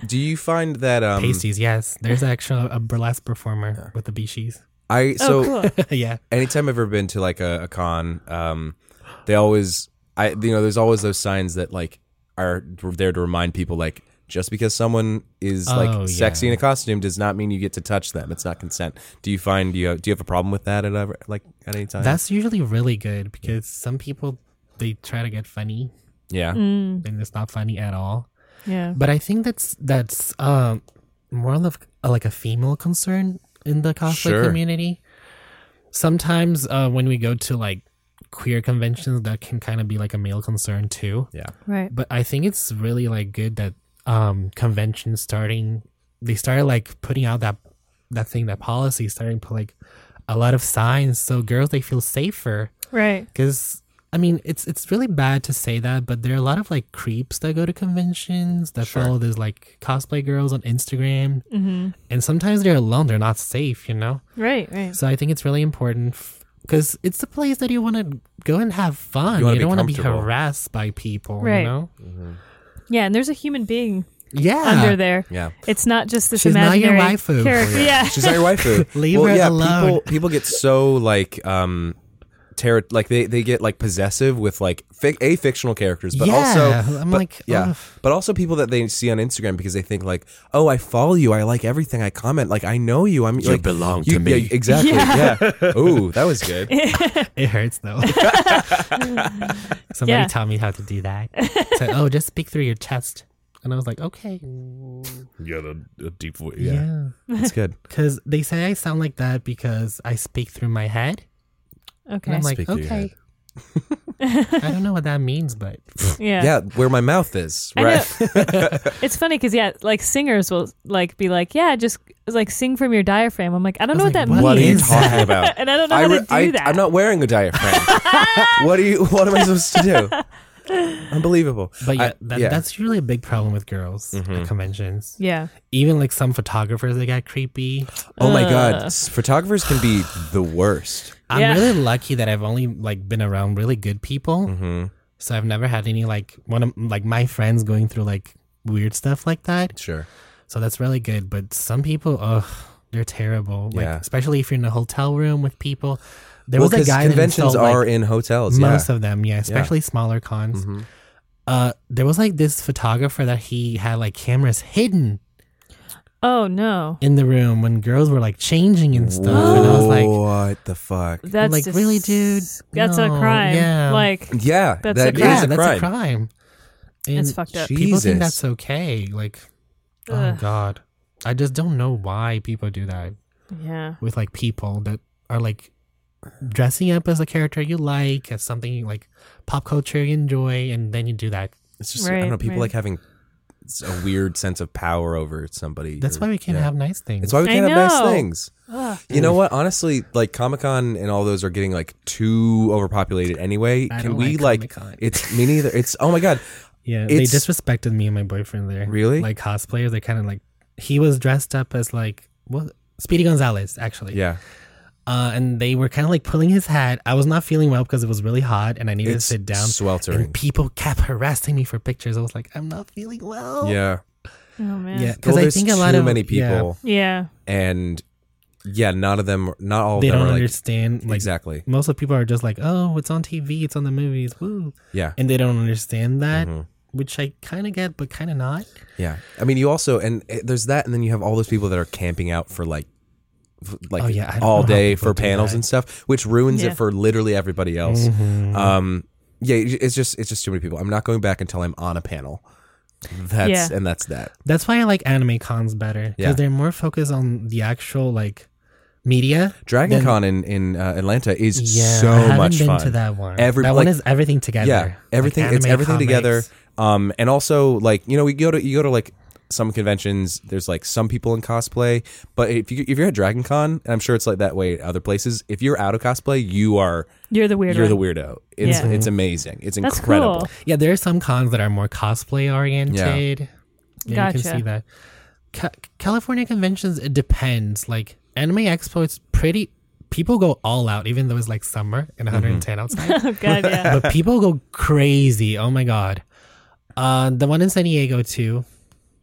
do you find that um
Pasties, yes. There's actually a burlesque performer with the beaches.
I so
oh, cool.
(laughs) yeah.
anytime I've ever been to like a, a con, um, they always, I you know, there's always those signs that like are there to remind people like just because someone is
Oh, yeah.
like sexy in a costume does not mean you get to touch them. It's not consent. Do you find you do you have a problem with that at ever like at any time?
That's usually really good because some people they try to get funny
yeah.
Mm,
and it's not funny at all.
yeah.
But I think that's that's um, more of a, like a female concern in the cosplay
Sure.
community. Sometimes uh, when we go to like queer conventions, that can kind of be like a male concern too.
Yeah.
Right.
But I think it's really like good that um, conventions starting they started like putting out that that thing that policy starting to like a lot of signs so girls they feel safer
Right.
because I mean it's it's really bad to say that, but there are a lot of like creeps that go to conventions that
Sure.
follow these like cosplay girls on Instagram,
hmm
and sometimes they're alone, they're not safe, you know.
Right. Right.
So I think it's really important because it's a place that you want to go and have fun.
You
You,
wanna be
don't want to be
comfortable.
harassed by people,
Right.
you know.
Yeah, and there's a human being
Yeah,
under there.
Yeah.
It's not just this
She's not your
imaginary
waifu. Oh,
character. Yeah.
She's not your
(laughs)
waifu.
Leave her
yeah, People,
alone.
people get so like um terror like they, they get like possessive with like fic- a fictional characters, but
Yeah,
also
I'm
but-
like,
yeah,
ugh.
oh.
but also people that they see on Instagram because they think like oh I follow you I like everything I comment like I know you I'm you like, belong to me
(laughs)
exactly yeah, ooh that was good
it hurts
(laughs)
though. Somebody
Yeah.
taught me how to do
(laughs)
that. So, oh, just speak through your chest, and I was like, okay,
yeah the, deep voice
yeah.
that's good
Because they say I sound like that because I speak through my head. And
Okay.
I'm like,
Speak through your
okay. (laughs) I don't know what that
(laughs)
means, but
yeah.
yeah where my mouth is
I know.
right
It's funny because yeah, like singers will like be like, yeah, just like sing from your diaphragm. I'm like, I don't know
was like,
what that
(laughs)
what
what are you
is
means,
that?
talking about
(laughs) and I don't know how to do
I,
that.
am not wearing a
(laughs)
diaphragm. what do you? What am I supposed to do?
(laughs)
Unbelievable.
but yeah,
I- Mm-hmm.
that, that's really a big problem with girls at conventions.
yeah.
Even like some photographers, they got creepy.
oh my god,
Uh.
s- photographers can be the worst.
I'm
Yeah.
really lucky that I've only like been around
Mm-hmm.
really good people, so I've never had any like one of like my friends going through like weird stuff like that.
Sure.
So that's really good. But some people, ugh, they're terrible. Like,
Yeah.
especially if you're in a hotel room with people. There
Well,
was a
'cause
guy that
conventions
installed, like,
are in hotels. Yeah.
most of them, yeah, especially smaller cons.
Mhm.
Uh, there was like this photographer that he had like cameras hidden
Oh no,
in the room when girls were like changing and stuff, and I was like,
what the fuck?
that's
Like,
dis-
really, dude?
That's a
No,
crime.
yeah.
Like
Yeah,
That's
that
a
is
crime.
yeah,
a
that's
crime.
a crime. And
it's fucked up.
she-
people think
Jesus.
that's okay. Like, oh
Ugh.
god, I just don't know why people do that
yeah.
with like people that are like dressing up as a character you like, as something you like pop culture you enjoy, and then you do that.
It's just I
Right,
don't know. People
right.
like having s- a weird sense of power over somebody.
That's
or-
why we can't
yeah.
have nice things.
That's why we
I
can't have nice
know.
things.
Ugh.
You know what? Honestly, like Comic Con and all those are getting like too overpopulated anyway.
I
Can
don't
we
like
like?
Comic-Con.
It's me neither. It's oh my
(laughs)
god.
Yeah, they
It's-
disrespected me and my boyfriend there.
Really?
Like cosplayers, they kind of like he was dressed up as like what Speedy Gonzalez actually.
Yeah,
Uh, and they were kind of like pulling his hat. I was not feeling well because it was really hot and I needed
it's
to sit down.
sweltering.
And people kept harassing me for pictures. I was like, I'm not feeling well.
Yeah,
Oh man.
Yeah, because
well,
I
there's
think a
too
lot of
many
yeah,
people,
Yeah.
and yeah, none of them, not all of
they
them,
don't
are like
understand. Like
exactly.
most of the people are just like, oh, it's on TV, it's on the movies, woo,
Yeah,
and they don't understand that,
Mhm.
which I kind of get, but kind of not.
yeah. I mean, you also and eh, there's that, and then you have all those people that are camping out for like, f- like
Oh, yeah, I don't know
all
how
day
people
for
do
panels
that. Mm-hmm.
and stuff, which ruins
Yeah.
it for literally everybody else. Um, yeah, it's just it's just too many people. I'm not going back until I'm on a panel. That's
Yeah.
and that's that.
That's why I like anime cons better because
Yeah.
they're more focused on the actual like media.
Dragon
Then-
Con in in uh, Atlanta is
Yeah,
so
I haven't
much
been
fun.
to that one.
Every-
that
like-
one is everything together.
Yeah, everything
Like
it's
anime,
everything together.
comics.
Um, and also like you know we go to you go to like some conventions. There's like some people in cosplay, but if you if you're at Dragon Con, and I'm sure it's like that way at other places. If you're out of cosplay, you are
You're the weird
you're
one.
the weirdo. It's
Yeah.
it's amazing. It's
That's
incredible.
cool. (laughs)
Yeah, there are some cons that are more cosplay oriented. Yeah, you
Gotcha.
can see that. Ca- California conventions, it depends. Like Anime Expo, it's pretty. People go all out, even though it's like summer and 110 outside. (laughs)
Oh god, yeah.
but people go crazy. Oh my god. Uh, the one in San Diego too,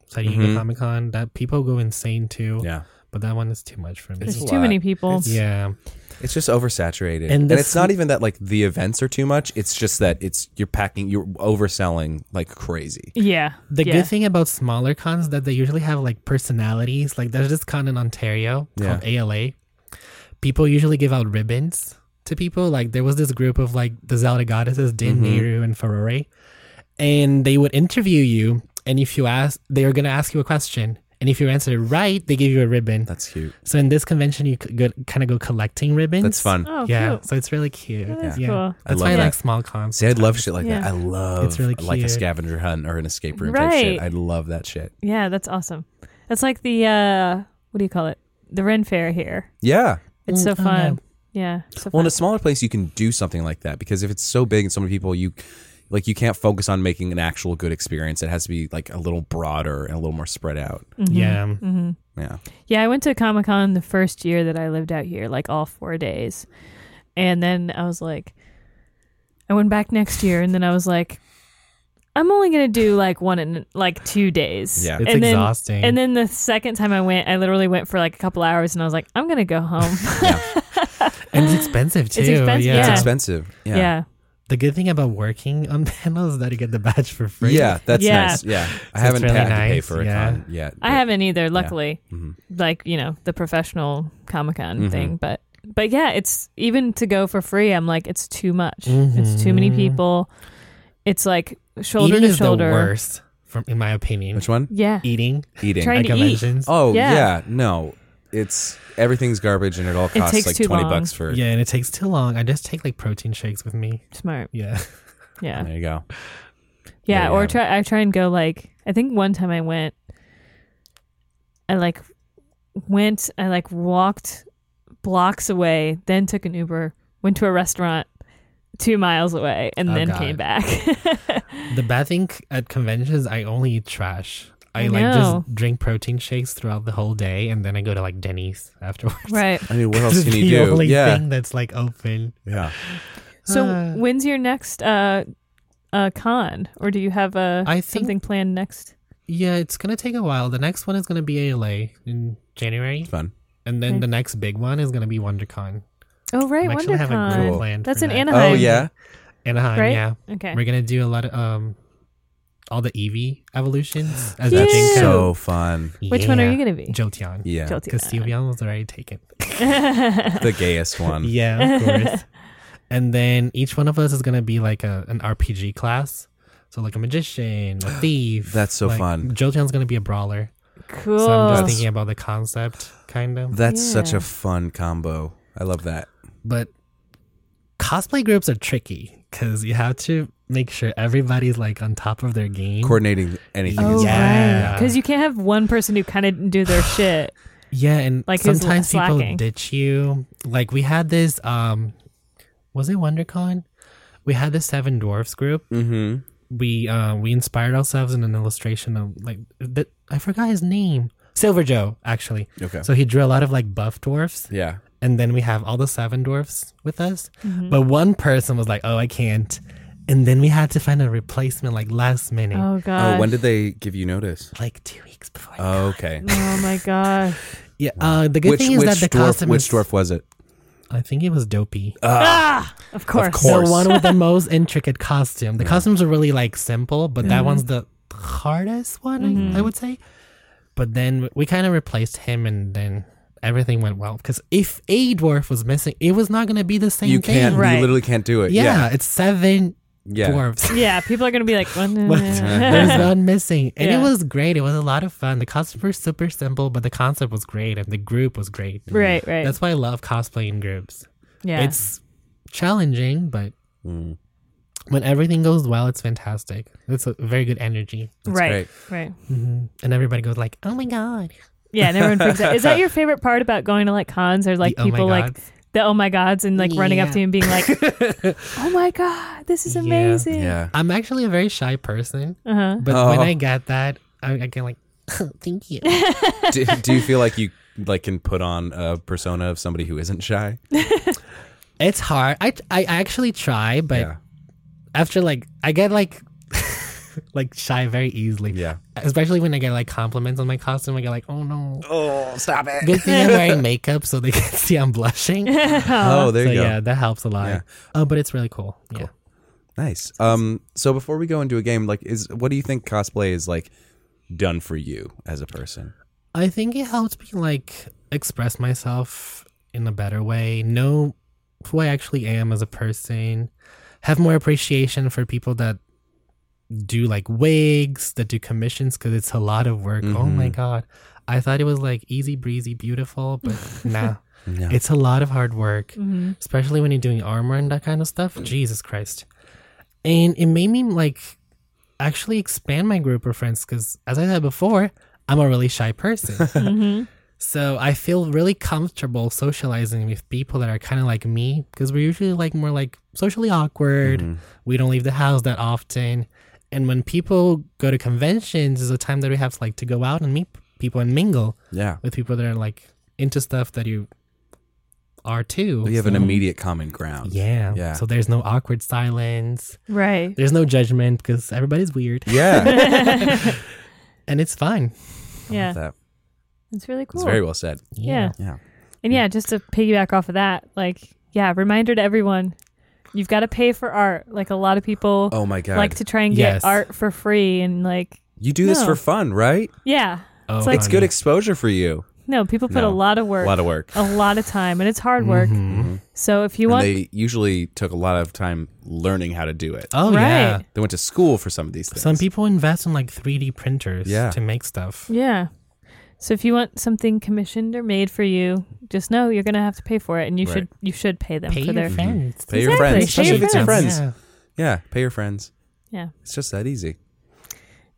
San Diego Comic Con. That people go insane too.
Yeah,
but that one is too much for me.
There's
a
too many
lot.
people.
yeah,
it's just oversaturated,
And
and,
this-
it's not even that like the events are too much. It's just that it's you're packing, you're overselling like crazy.
yeah.
the
yeah.
good thing about smaller cons that they usually have like personalities. Like there's this con in Ontario called ALA. People usually give out ribbons to people. Like there was this group of like the Zelda goddesses,
Mm-hmm.
Din, Nehru, and Ferrari, and they would interview you. And if you ask, they are gonna ask you a question. And if you answer it right, they give you a ribbon.
That's cute.
So in this convention, you could go, kind of go collecting ribbons.
That's fun.
Oh,
yeah,
cute.
so it's really cute.
that's
yeah.
cool.
I
That's
love
why I like
that.
small cons.
See, I love shit like
Yeah.
that. I love
It's really
like a
cute.
scavenger hunt or an escape room type shit. I
Right.
love that shit.
Yeah, that's awesome. That's like the uh what do you call it? The Ren Fair here.
Yeah.
It's so
Mm, I
fun.
know.
Yeah. it's So
Well, in
fun.
a smaller place, you can do something like that because if it's so big and so many people, you like you can't focus on making an actual good experience. It has to be like a little broader and a little more spread out.
Mm-hmm.
Yeah.
Yeah.
Yeah, I went to Comic Con the first year that I lived out here, like all four days. And then I was like, I went back next year, and then I was like, I'm only going to do like one and like two days.
Yeah.
It's
and
exhausting.
Then, and then the second time I went, I literally went for like a couple hours and I was like, I'm going to go home.
And it's
(gasps)
expensive too. (laughs)
expensive,
Yeah.
yeah.
It's expensive. Yeah.
yeah. (laughs) Yeah.
The good thing about working on (laughs) panels is that you get the badge for free.
Yeah, that's
Yeah.
nice. Yeah. I
So
haven't
it's really
had to pay
nice,
for a
yeah.
con yet.
I haven't either, luckily.
Mhm.
Like, you know, the professional Comic Con
Mm-hmm.
thing. But, but yeah, it's even to go for free, I'm like, it's too much. It's too many people. It's like shoulder
Eating
to
Mm-hmm. is
shoulder.
the worst, from in my opinion.
Which one?
Yeah.
Eating
Eating.
Trying
at
to eat.
conventions.
oh yeah.
Yeah.
No. It's everything's garbage and it all costs
takes
like
too
twenty
long.
bucks for
Yeah, and it takes too long. I just take like protein shakes with me.
Smart.
Yeah. (laughs)
Yeah.
There you go.
Yeah.
There you
Or
have it.
try I try and go like I think one time I went I like went I like walked blocks away, then took an Uber, went to a restaurant two miles away, and
Oh,
then
God.
came back. (laughs)
The bad thing at conventions, I only eat trash. I,
I
like
know.
just drink protein shakes throughout the whole day, and then I go to like Denny's afterwards.
right.
I mean, what else
(laughs) It's
can
the
you do?
only
Yeah.
thing that's like open.
Yeah.
So
Uh.
when's your next uh uh con? Or do you have a
I think-
something planned next?
Yeah, it's gonna take a while. The next one is gonna be ALA in January,
It's fun.
and then
Okay.
the next big one is gonna be WonderCon.
Oh right,
I'm actually having a
WonderCon.
group
Cool.
plan.
That's
for
in
that.
Anaheim.
Oh yeah,
Anaheim,
right?
yeah.
Okay.
We're gonna do a lot of um, all the Eevee evolutions.
(gasps)
As
Cute.
that's
Jinko.
so fun.
Which one are
Yeah.
you gonna be?
Jolteon.
Yeah,
Jolteon.
Because Sylveon was already taken.
the gayest
(laughs)
one.
(laughs)
yeah, of course. and then each one of us is gonna be like a an RPG class. So like a magician,
(gasps)
a thief.
That's so
like,
fun.
Jolteon's gonna be a brawler.
cool.
So I'm just
That's-
thinking about the concept, kind of.
That's such
Yeah.
a fun combo. I love that.
But cosplay groups are tricky because you have to make sure everybody's like on top of their game.
Coordinating anything
Oh,
is
Yeah.
yeah. Because you can't have one person who kind of do their shit.
Yeah, and
Like, who's
sometimes
slacking?
people ditch you. Like we had this um was it WonderCon? We had the Seven Dwarfs group.
Mm-hmm.
We uh we inspired ourselves in an illustration of like that I forgot his name. Silver Joe, actually.
Okay.
So he drew a lot of like buff dwarfs
yeah.
and then we have all the seven dwarfs with us. But one person was like, "Oh, I can't." And then we had to find a replacement like last minute,
Oh god.
Oh, when did they give you notice?
like 2 weeks before. I
Oh,
got-
okay.
Oh (laughs) my god.
Yeah, uh, the good
which
thing is
which
that the
dwarf
costume
which
is-
dwarf was it?
I think it was dopey.
ah, of course.
course.
The one with the most intricate costume. The costumes are really like simple, but that one's the hardest one, I- I, would say. But then we kind of replaced him, and then everything went well. Because if a dwarf was missing, it was not going to be the same
You
thing.
can't.
Right.
You literally can't do it.
Yeah,
Yeah.
it's seven
Yeah.
dwarves.
Yeah, people are gonna be like,
But
(laughs)
There's none missing, and
Yeah.
it was great. It was a lot of fun. The costumes were super simple, but the concept was great, and the group was great.
(laughs) right, right.
That's why I love cosplaying groups.
yeah.
It's challenging, but
Mm.
when everything goes well, it's fantastic. It's a very good energy,
right, right.
hmm and everybody goes like, "Oh my god!"
Yeah, and everyone freaks out. Is
(laughs)
that your favorite part about going to like cons or like
The oh my
people like
gods.
the oh my gods and like running up
Yeah.
to you and being like,
(laughs)
oh my god, this is
Yeah.
amazing.
Yeah.
I'm actually a very shy person,
Uh huh.
but
Oh.
when I get that, I, I get like, (laughs) "Thank
(laughs)
you."
do, do you feel like you like can put on a persona of somebody who isn't shy?
it's hard. I I actually try, but
yeah.
after like I get like (laughs) like shy very easily.
Yeah.
Especially when I get like compliments on my costume, I get like, oh no.
Oh, stop it.
Good thing
(laughs)
I'm wearing makeup so they can (laughs) see I'm blushing. so
Oh, there you go.
yeah, that helps a lot.
Yeah.
Oh, but it's really cool. Yeah.
Nice. Um. So before we go into a game, like, is what do you think cosplay is like done for you as a person?
I think it helps me like express myself in a better way, know who I actually am as a person, have more appreciation for people that do like wigs, that do commissions because it's a lot of work. Oh
Mm-hmm.
my god. I thought it was like easy breezy beautiful, but
(laughs)
nah.
No.
It's a lot of hard work,
hmm
especially when you're doing armor and that kind of stuff. Jesus Christ. And it made me like actually expand my group of friends because, as I said before, I'm a really shy person.
hmm
So I feel really comfortable socializing with people that are kind of like me because we're usually like more like socially awkward. We don't leave the house that often. And when people go to conventions is a time that we have like to go out and meet people and mingle
Yeah.
with people that are like into stuff that you are too.
We have an
So-
immediate common ground.
yeah.
Yeah.
So there's no awkward silence.
Right.
There's no judgment because everybody's weird
Yeah.
(laughs) and it's fine.
Yeah.
That-
It's really
It's
cool.
very well said.
yeah.
Yeah.
And yeah, just to piggyback off of that, like, yeah, reminder to everyone you've got to pay for art. Like, a lot of people
Oh my god.
like to try and get
Yes.
art for free. And, like,
you do this
No.
for fun, right?
yeah,
Oh,
It's like-
It's
honey.
good exposure for you.
no, people put
No.
a lot of work,
A lot of work.
a lot of time, and it's hard work. So, if you
And
want,
they usually took a lot of time learning how to do it.
Uh,
oh, yeah.
Right.
They went to school for some of these things.
Some people invest in like 3D printers
Yeah.
to make stuff.
yeah. So, if you want something commissioned or made for you, just know you're going to have to pay for it. And you
Right.
should, you should pay them
Pay
for
your
their.
friends.
Pay your
Exactly.
friends.
Pay
Especially
your
if it's your
friends.
friends. Yeah. pay your friends.
Yeah.
It's just that easy.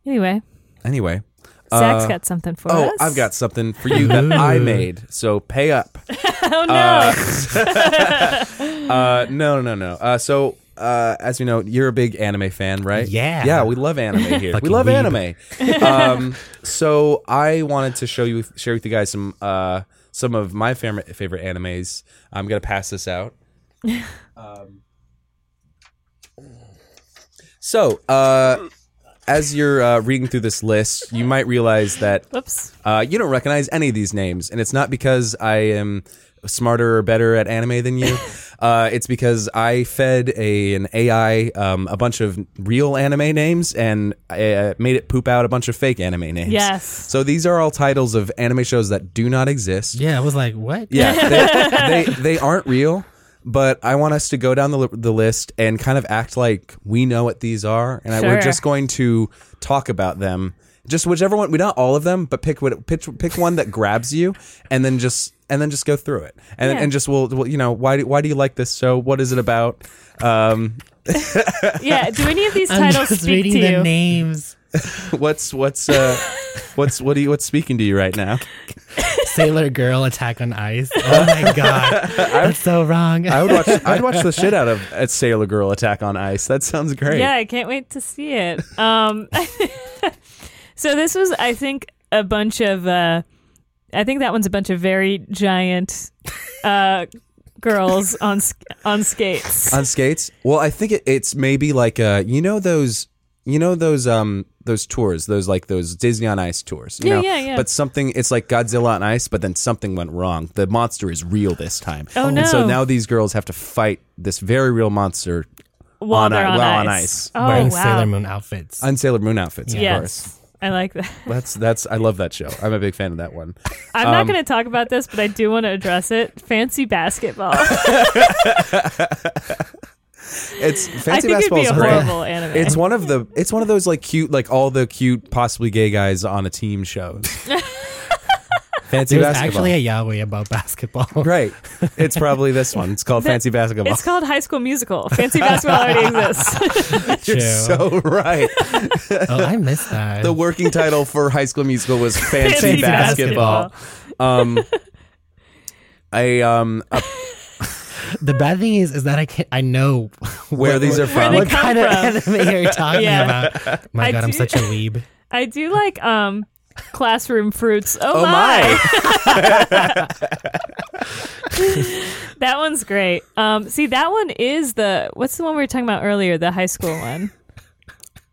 Anyway,
Anyway.
Zach's
uh,
got something for
Oh,
us.
I've got something for you that I made. So pay up.
(laughs) Oh, no.
Uh, no, no, no. Uh, so, uh, as you know, you're a big anime fan, right?
Yeah.
Yeah, we love anime here. we
Fucking
love
weeb. (laughs)
anime. um, so I wanted to show you, share with you guys some uh, some of my fam- favorite animes. I'm gonna pass this out. Um, so, uh, as you're uh, reading through this list, you might realize that
Whoops.
uh, you don't recognize any of these names, and it's not because I am smarter or better at anime than
(laughs)
you. Uh, it's because I fed a, an AI um, a bunch of real anime names and uh, made it poop out a bunch of fake anime names.
Yes.
So these are all titles of anime shows that do not exist.
Yeah, I was like, what?
(laughs)
Yeah, they, they they aren't real. But I want us to go down the li- the list and kind of act like we know what these are, and I, we're
Sure.
just going to talk about them. Just whichever one, we not all of them, but pick what pick, pick one that grabs you, and then just and then just go through it, and
Yeah.
and just we'll, we'll you know why do, why do you like this show? What is it about? Um,
(laughs)
(laughs)
Yeah. Do any of
(laughs)
these
I'm
titles
just
speak
reading
to
the
you? (laughs)
names.
what's what's uh, what's what do you what's speaking to you right now?
Sailor Girl, Attack on Ice. Oh
(laughs)
my god, that's so wrong.
I would watch I'd watch the shit out of uh, Sailor Girl Attack on Ice. That sounds great.
Yeah, I can't wait to see it. Um, (laughs) so this was, I think, a bunch of. Uh, I think that one's a bunch of very giant uh, girls on sk- on
(laughs)
skates.
on skates. Well, I think it, it's maybe like uh, you know those, you know those um those tours, those like those Disney on Ice tours. You
Yeah,
know?
yeah, yeah.
But something, it's like Godzilla on Ice, but then something went wrong. The monster is real this time.
Oh,
And so
no.
now these girls have to fight this very real monster
while
on
they're
i-
on,
well, on ice.
ice. Oh
Wearing
wow!
Sailor Moon outfits.
on Sailor Moon outfits. Of course,
yes, I like that.
that's that's I love that show. I'm a big fan of that one.
I'm not
Um,
going to talk about this, but I do want to address it. Fancy basketball. (laughs)
It's
(laughs) I
fancy
think it'd
basketball
be
is
a
great. (laughs)
horrible anime.
It's one of the. It's one of those like cute, like all the cute, possibly gay guys on a team
(laughs)
shows. Fancy
There's
basketball.
actually a Yahweh about (laughs) basketball.
Right. It's probably this one. It's
(laughs)
called Fancy Basketball.
it's called High School Musical. Fancy
(laughs)
basketball already exists.
You're
True.
so right.
oh, I missed that.
The working title for High School Musical
(laughs)
was Fancy,
Fancy
Basketball.
Basketball.
Um, I um uh,
The bad thing is, is that I can not I know (laughs)
where these are
Where
from.
they
what
come
kind of
from.
anime
(laughs)
you're talking
Yeah.
about. My
I
God, I'm
do-
such a weeb.
I do like um, classroom fruits. Oh,
oh
my.
my!
That one's great. Um, see, that one is the what's the one we were talking about earlier, the high school one.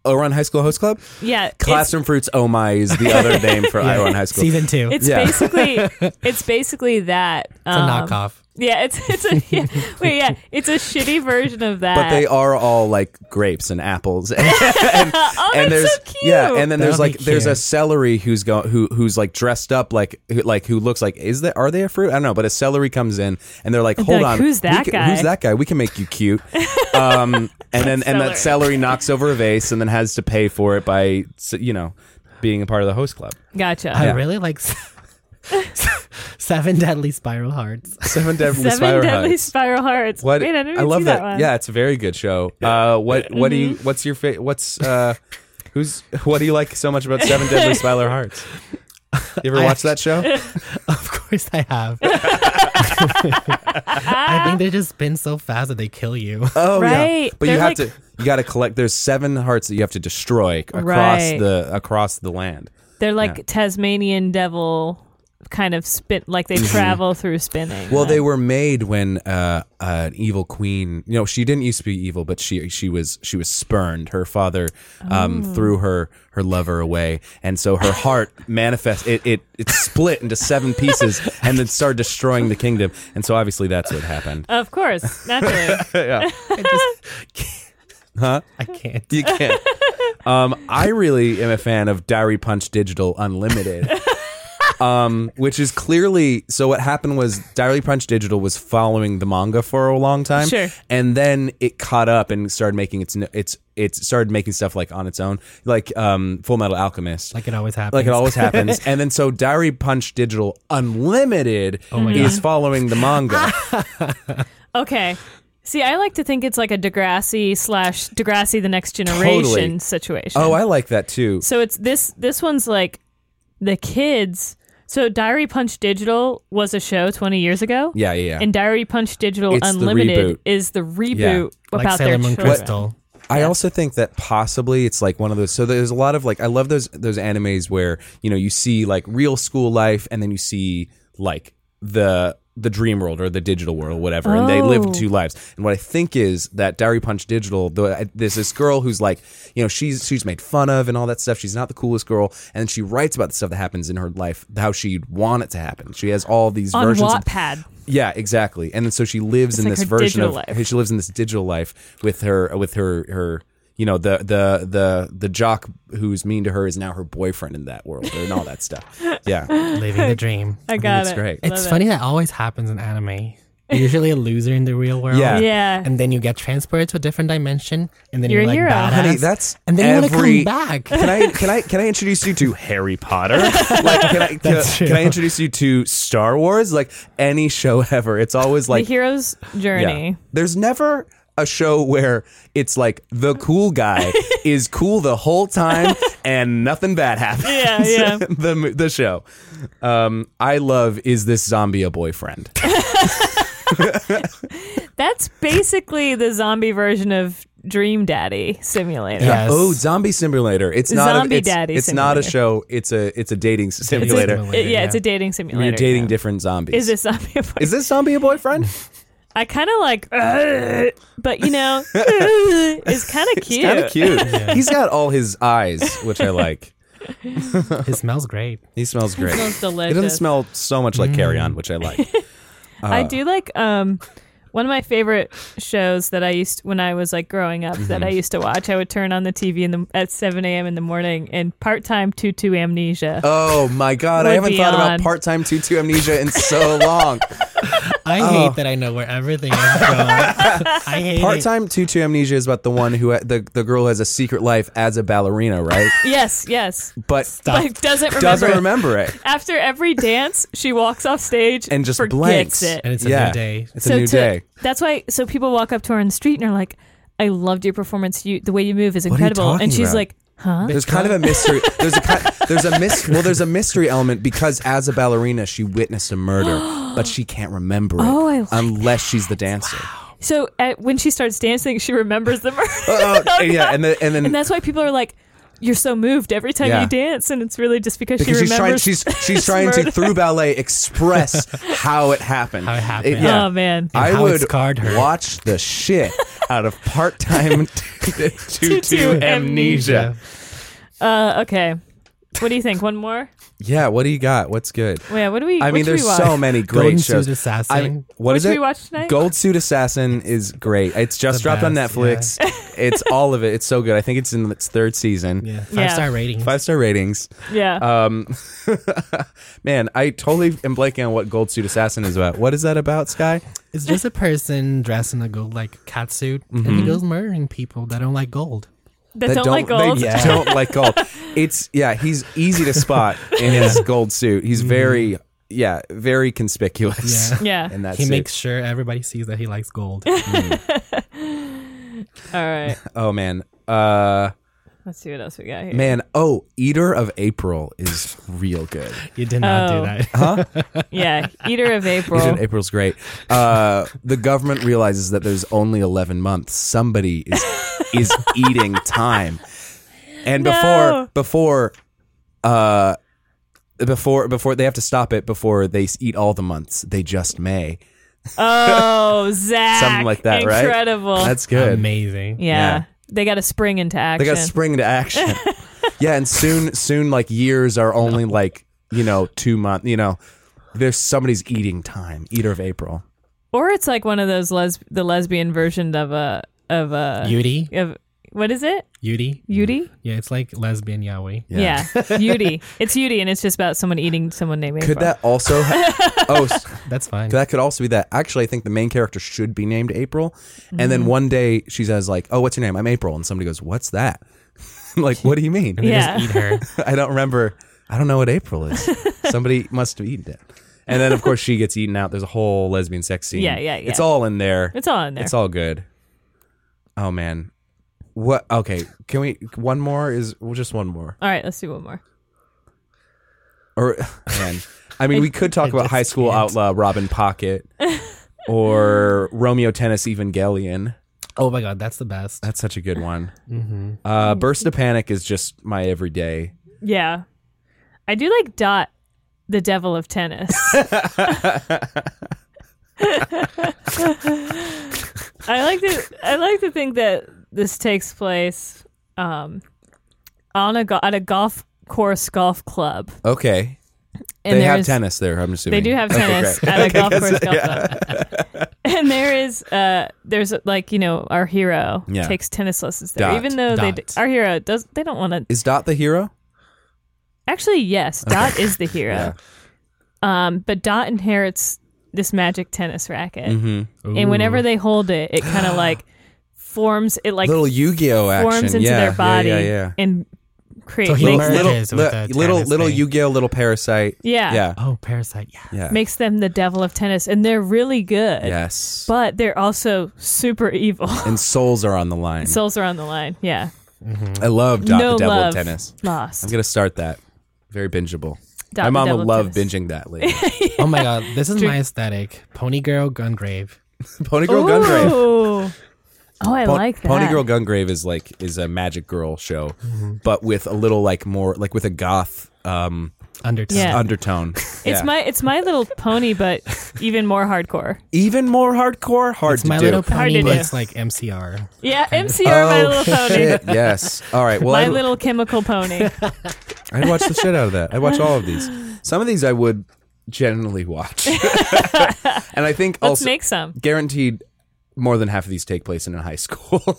Over on Oh High School Host Club.
Yeah, it's-
Classroom Fruits. Oh my is the other name for Iowa High School.
Season two.
(laughs) It's,
It's,
Yeah. (laughs)
basically it's basically that.
a
um,
knockoff.
Yeah, it's it's a yeah, wait, yeah, it's a shitty version of that.
But they are all like grapes and apples. (laughs)
(laughs) oh,
and
that's
there's
so cute.
yeah, and then there's
That'll be
like there's a
cute.
celery who's go who who's like dressed up like who, like who looks like is that are they a fruit? I don't know, but a celery comes in and they're like,
And
hold
they're like,
on,
"Who's
we
that
can-
guy?"
Who's that guy? We can make you cute. Um, and then and that
Celery.
celery knocks over a vase and then has to pay for it by s- you know being a part of the host club.
gotcha.
I really like s- (laughs) Seven Deadly Spiral Hearts. (laughs)
Seven Deadly
Seven
Spider
Deadly
Hugs.
Spiral Hearts.
What
Wait, I didn't even
love
see that. one. Mm-hmm.
Yeah, it's a very good show. Uh, what what do you what's your fa- what's uh, who's what do you like so much about
(laughs)
Seven Deadly Spider Hearts? You ever
I
watch that show?
Of course, I have. (laughs) I think they just spin so fast that they kill you.
Oh yeah,
Right.
but you
They're
have
like-
to you got to collect. There's seven hearts that you have to destroy across
Right.
the across the land.
They're like Tasmanian devil kind of spin like they travel through spinning.
Mm-hmm. Well, they were made when uh, an evil queen. You know, she didn't used to be evil, but she she was she was spurned. Her father um, threw her her lover away, and so her heart manifest it, it it split into seven pieces, and then started destroying the kingdom. And so obviously that's what happened.
Of
(laughs)
course, naturally.
yeah.
I just can't.
Huh?
I can't.
(laughs) You can't. um, I really am a fan of Diary Punch Digital Unlimited. Um, which is clearly so. What happened was Diary Punch Digital was following the manga for a long time,
Sure.
and then it caught up and started making its its it started making stuff like on its own, like um, Full Metal Alchemist,
Like it always happens.
like it
(laughs)
always happens. And then so Diary Punch Digital Unlimited is following the manga.
Okay. See, I like to think it's like a Degrassi slash Degrassi the Next Generation
Totally.
situation.
oh, I like that too.
so it's this this one's like the kids. So Diary Punch Digital was a show 20 years ago.
Yeah, yeah, yeah.
And Diary Punch Digital
It's the reboot.
Unlimited is the reboot
Like
about
Sailor
their
Moon
children.
Crystal.
I also think that possibly it's like one of those. So there's a lot of like I love those those animes where you know you see like real school life and then you see like the the dream world or the digital world, whatever, and they
Oh.
live two lives. And what I think is that Diary Punch Digital, the, there's this girl who's like, you know, she's she's made fun of and all that stuff. She's not the coolest girl, and she writes about the stuff that happens in her life, how she'd want it to happen. She has all these
on
versions. of-
Wattpad.
yeah, exactly. And then so she lives in
like
this
her
version of
digital life.
she lives in this digital life with her with her her you know the the the the jock who's mean to her is now her boyfriend in that world and all that stuff. Yeah,
living
(laughs)
the dream.
I got
it's
it.
great.
Love
It's
it.
funny that always happens in anime. You're usually a loser in the real world.
Yeah.
Yeah.
And then you get transported to a different dimension, and then
You're
you're,
a
like
hero.
badass.
honey, that's
and then
every.
you
(laughs)
want to come back.
Can I can I can I introduce you to Harry Potter? Like can I can,
(laughs) That's
can
true.
I introduce you to Star Wars? Like any show ever, it's always like
the hero's journey.
There's never a show where it's like the cool
(laughs)
guy is cool the whole time and nothing bad happens.
Yeah,
(laughs)
yeah.
the mo- the show. Um, I love is this zombie a boyfriend?
That's basically the zombie version of Dream Daddy Simulator.
Yes.
Oh, zombie simulator. It's not
Zombie
a, it's,
Daddy
it's not a
simulator.
show. It's a it's a dating simulator.
simulator.
It- yeah,
Yeah.
it's a dating
where
simulator.
you're dating
yeah.
different zombies.
Is this zombie? (laughs) a boy-
is this zombie a
(laughs)
boyfriend?
I kind of like, "Ugh," but
(laughs)
you know, it's kind of
It's
cute.
kind of cute.
(laughs)
He's got all his eyes, which I like.
it smells
(laughs)
great.
He smells great.
smells
It doesn't
delicious.
smell Uh. so much like carry on, which I like.
I do like um one of my favorite shows that I used when I was like growing up that
Mm-hmm.
I used to watch. I would turn on the TV in the at seven a.m. in the morning and part time tutu amnesia.
Oh my god, I
Would
haven't
be
thought
on.
about part-time tutu amnesia in
(laughs)
so long.
I
Oh.
hate that I know where
(laughs)
everything is going. I hate it.
part-time tutu amnesia is about the one who the the girl who has a secret life as a ballerina, right?
yes, yes. (laughs)
But
Stop.
Like doesn't remember.
doesn't remember it
After every dance, she walks off stage
and just
forgets
blanks.
it.
And it's a
yeah.
new day.
It's a new
to-
day.
That's why. So people walk up to her in the street and are like, "I loved your performance. You, the way you move is
are you
incredible."
talking
and she's
about?
like, "Huh?
There's kind of a mystery. There's a ki- there's a mys- well there's a mystery element because as a ballerina she witnessed a
(gasps)
murder, but she can't remember it
Oh, I like
unless she's the dancer.
So at, when she starts dancing, she remembers
(laughs)
the murder.
Oh,
(laughs)
oh, yeah, and then, and then
and that's why people are like, "You're so moved every time
Yeah.
you dance," and it's really just because,
because
she
she's trying
remembers.
she's she's trying
murder.
to through ballet
(laughs)
express how it happened.
How it happened.
yeah.
Oh man,
and
I
how it
would
scarred her.
watch the shit out of
(laughs)
part-time
Tutu
tutu
amnesia.
amnesia.
Uh, okay. What do you think? One more?
Yeah, what do you got? What's good?
Yeah. What do we?
I mean,
which
there's
we watch?
so many great
Golden
shows.
Suit Assassin.
I mean, what
Which
is
we
it?
watched tonight?
Gold Suit Assassin is great. It's just
The
dropped on
best,
Netflix. (laughs) it's all of it. It's so good. I think it's in its third season.
yeah, five
Yeah.
star rating.
Five star ratings.
Yeah.
Um, (laughs) man, I totally am blanking on what Gold Suit Assassin is about. What is that about, Sky?
It's just a person dressed in a gold like cat suit, and
Mm-hmm.
he goes murdering people that don't like gold.
that, don't, like
they
gold.
Yeah.
don't like gold. It's yeah, he's easy to spot in his gold suit. He's very yeah, very conspicuous. (laughs)
Mm. Yeah.
Yeah.
In that
he
suit.
makes sure everybody sees that he likes gold.
All
(laughs)
right.
oh man. Uh
Let's see what else we got here.
man, oh, Eater of April is real good.
You did not
Oh.
do that.
Yeah. Eater
(laughs)
of April.
Eater of April's great. Uh the government realizes that there's only 11 months. Somebody is
(laughs)
is eating time. And
No.
before before uh before before they have to stop it before they s- eat all the months. They just may.
Oh, Zach.
(laughs) Something like that, right?
Incredible.
That's (laughs) good.
Amazing.
yeah.
yeah.
They got to spring into
They
action.
got to spring into
(laughs)
action. yeah, and soon, soon, like years are only like you know two month. You know, there's somebody's eating time. Eater of April.
or it's like one of those les- the lesbian version of a of a
(laughs) Yudi,
of what is it?
Yudi.
Yudi?
Yeah, it's like lesbian Yahweh.
(laughs)
Yeah. Yudi. It's Yudi and it's just about someone eating someone named April.
Could that also? Ha- oh, s-
That's fine.
that could also be that. Actually, I think the main character should be named April, and
Mm-hmm.
then one day she says like, "Oh, what's your name? I'm April," and somebody goes, "What's that?" (laughs) I'm like, what do you mean?
They
Yeah.
Just eat her.
(laughs) I don't remember. I don't know what April
(laughs)
is. Somebody must have eaten it. And then, of course, she gets eaten out. There's a whole lesbian sex scene.
Yeah, yeah, yeah.
It's all in there.
It's all in there.
It's all good. Oh man. What okay, can we one more is well just one more.
all right, let's do one more.
Or (laughs) man. I mean we could talk
I
about
just
high school
can't.
outlaw Robin Pocket or Romeo Tennis Evangelion.
Oh my god, that's the best.
That's such a good one.
Mm-hmm.
Uh Burst of Panic is just my everyday.
Yeah.
(laughs)
I do like Dot, the devil of tennis. I like to I like to think that this takes place um, on a go- at a golf course golf club.
Okay.
And
they have
there's-
tennis there, I'm assuming.
They do have
Okay,
tennis
great.
at a
Okay,
golf
guess-
course golf
yeah.
club. And there is uh there's like, you know, our hero
Yeah.
takes tennis lessons there.
Dot.
Even though they
Dot.
d- our hero does they don't want to
Is Dot the hero?
Actually, yes, Dot is
(laughs)
the hero. Um but Dot inherits this magic tennis racket.
Mm-hmm.
Ooh.
And whenever they hold it, it
(gasps)
kind of like forms it like
little Yu-Gi-Oh action.
forms into
yeah,
their body
Yeah, yeah, yeah.
and creates
So he
Little,
Makes
little,
his with
li-
the
little,
tennis
little
thing.
Yu-Gi-Oh, little parasite.
yeah,
Yeah,
Oh, Parasite. Yeah.
yeah.
makes them the devil of tennis and they're really good.
yes.
But they're also super
(laughs)
evil.
and souls are on the line.
(laughs) Souls are on the line. Yeah.
I love Dot
no
the Devil
love
of Tennis. I'm
lost.
gonna start that. Very bingeable.
Dot
My
the
mom
Devil
will
of
love
Tennis.
binging that
(laughs)
later.
Oh my god, this is my aesthetic. Pony girl, Gungrave.
Pony Girl Gungrave.
Ooh. Oh, I
Pon-
like that.
Pony Girl Gungrave is like is a magic girl show,
Mm-hmm.
but with a little like more like with a goth um,
Undertale.
Yeah.
undertone.
It's
Yeah.
my it's my little
(laughs)
pony, but even more hardcore.
even more hardcore. Hard
It's
to
my
do.
little
Hard
pony
to do.
looks like MCR.
Yeah, MCR, my
oh
little pony.
shit! Yes. All right. Well,
My
I'd,
little chemical (laughs) pony.
I'd watch the shit out of that. I'd watch all of
(laughs)
these. Some of these I would generally watch, and I think
Let's
also
make some.
guaranteed more than half of these take place in a high school.
Oh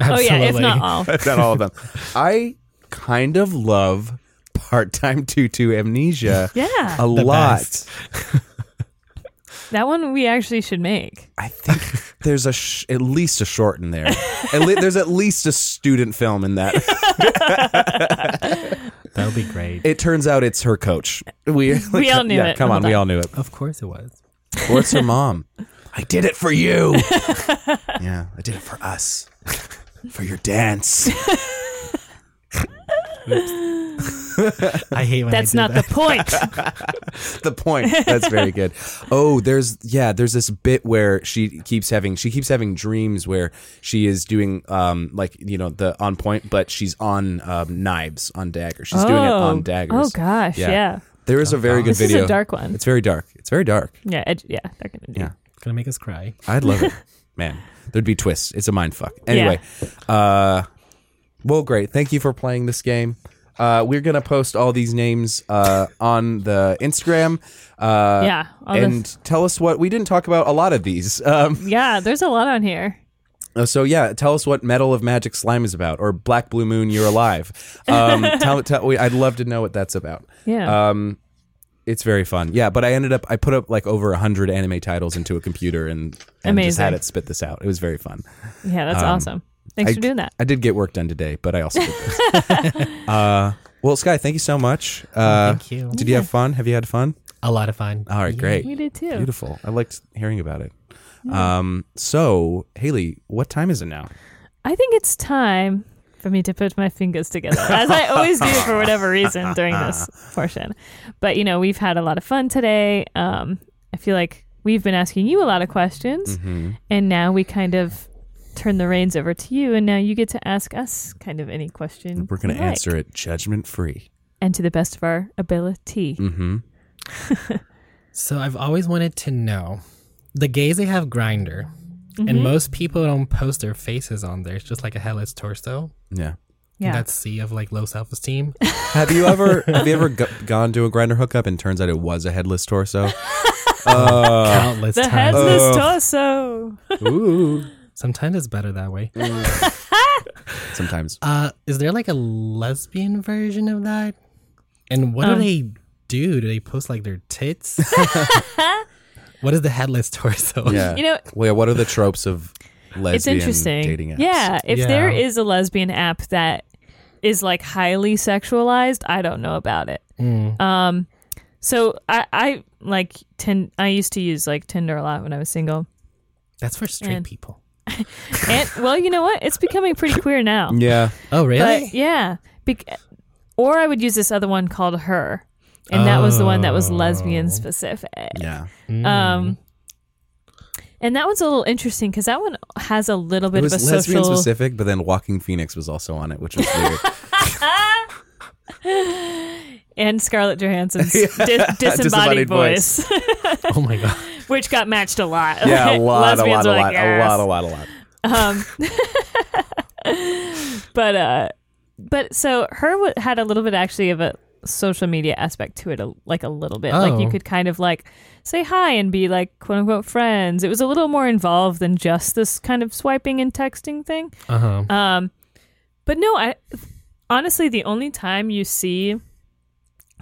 Absolutely.
yeah, if not all.
That's (laughs) not all of them. I kind of love part-time tutu amnesia
Yeah.
a lot.
best.
That one we actually should make.
I think there's a sh- at least a short in there. At le- there's at least a student film in that.
That would be great.
It turns out it's her coach. (laughs) We
We all knew
yeah,
it.
Come on,
Hold
we
on.
all knew it.
of course it was.
Or it's her mom. I did it for
(laughs)
you. yeah, I did it for us. For your dance.
I hate when I
That's
do
not
that.
(laughs)
the point.
the point. That's very good. Oh, there's yeah, there's this bit where she keeps having she keeps having dreams where she is doing um like you know the on point, but she's on um, knives on daggers. She's doing it
Oh.
on daggers.
Oh gosh, yeah.
There is a very good
This is a
video.
dark one.
It's very dark. It's very dark.
Yeah, ed- yeah, they're gonna do.
Yeah.
Gonna make us cry.
I'd love
(laughs)
it, man. There'd be twists. It's a mind fuck. Anyway, uh, well, great. Thank you for playing this game. Uh, we're gonna post all these names uh, on the Instagram. Uh,
Yeah, all the-
and tell us what we didn't talk about. A lot of these. Um, (laughs)
Yeah, there's a lot on here.
so yeah, tell us what Metal of Magic Slime is about, or Black Blue Moon, You're Alive. Um, tell, tell, we- I'd love to know what that's about.
Yeah.
Um, it's very fun. Yeah, but I ended up I put up like over hundred anime titles into a computer and, and just
Amazing.
had it spit this out. It was very fun.
yeah, that's awesome. Thanks
um, I-
for doing that.
I did get work done today, but I also did this. (laughs) uh, well, Sky, thank you so much. Uh,
Thank you.
Did you have fun? Have you had fun?
A lot of fun.
All right, great,
We did too.
beautiful. I liked hearing about it. Um, so Haley, what time is it now?
I think it's time for me to put my fingers together, as I always do for whatever reason during
(laughs)
this portion. But you know, we've had a lot of fun today. Um, I feel like we've been asking you a lot of questions,
Mm-hmm.
and now we kind of turn the reins over to you, and now you get to ask us kind of any question
We're gonna
you like.
answer it judgment free.
and to the best of our ability.
Mm-hmm.
So I've always wanted to know the gays they have grinder,
Mm-hmm.
and most people don't post their faces on there. It's just like a headless torso.
Yeah.
Yeah,
That's C of like low self
(laughs)
esteem.
Have you ever have you ever go- gone to a grinder hookup and turns out it was a headless torso?
Countless
the
times.
headless torso.
Ooh.
Sometimes it's better that way.
Mm. Sometimes.
Uh, is there like a lesbian version of that? And what
Um.
do they do? Do they post like their
(laughs)
tits? (laughs) what is the headless torso?
Yeah.
You know-
Well, yeah, what are the tropes of lesbian
it's interesting.
dating apps?
Yeah, if
Yeah.
there is a lesbian app that is like highly sexualized, I don't know about it.
Mm.
Um, so I, I like tin I used to use like Tinder a lot when I was single,
(laughs) That's for straight
And-
people.
(laughs)
and well, you know what? It's becoming pretty queer now.
Yeah.
Oh, really?
But yeah, bec or I would use this other one called Her, and that was the one that was
Oh.
lesbian specific.
Yeah.
Um. And that one's a little interesting because that one has a little bit
It was
of a
lesbian
social.
specific, but then Walking Phoenix was also on it, which was
(laughs)
weird. (laughs)
and Scarlett Johansson's dis- disembodied,
Disembodied
voice, (laughs)
voice.
(laughs) oh my god.
which got matched a lot.
Yeah, a
Like,
lot, a
(laughs) lesbians
lot, a
were
lot,
like,
a
"Yes."
lot, a lot, a lot.
um, (laughs) but uh but so her w- had a little bit actually of a social media aspect to it a, like a little bit like you
Oh.
could kind of like say hi and be like quote unquote friends it was a little more involved than just this kind of swiping and texting thing
Uh huh.
um but no i honestly the only time you see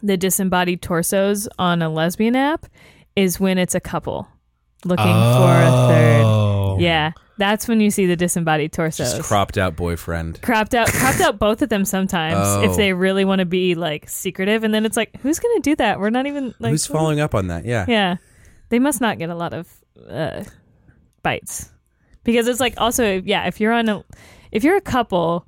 the disembodied torsos on a lesbian app is when it's a couple looking for a third
Oh.
yeah, that's when you see the disembodied torsos.
Oh. Just cropped out boyfriend.
cropped out, cropped out both of them sometimes
Oh.
if they really want to be like secretive. And then it's like, who's gonna do that? We're not even like
Who's following up on that? Yeah.
Yeah, they must not get a lot of uh, bites because it's like also yeah, if you're on a if you're a couple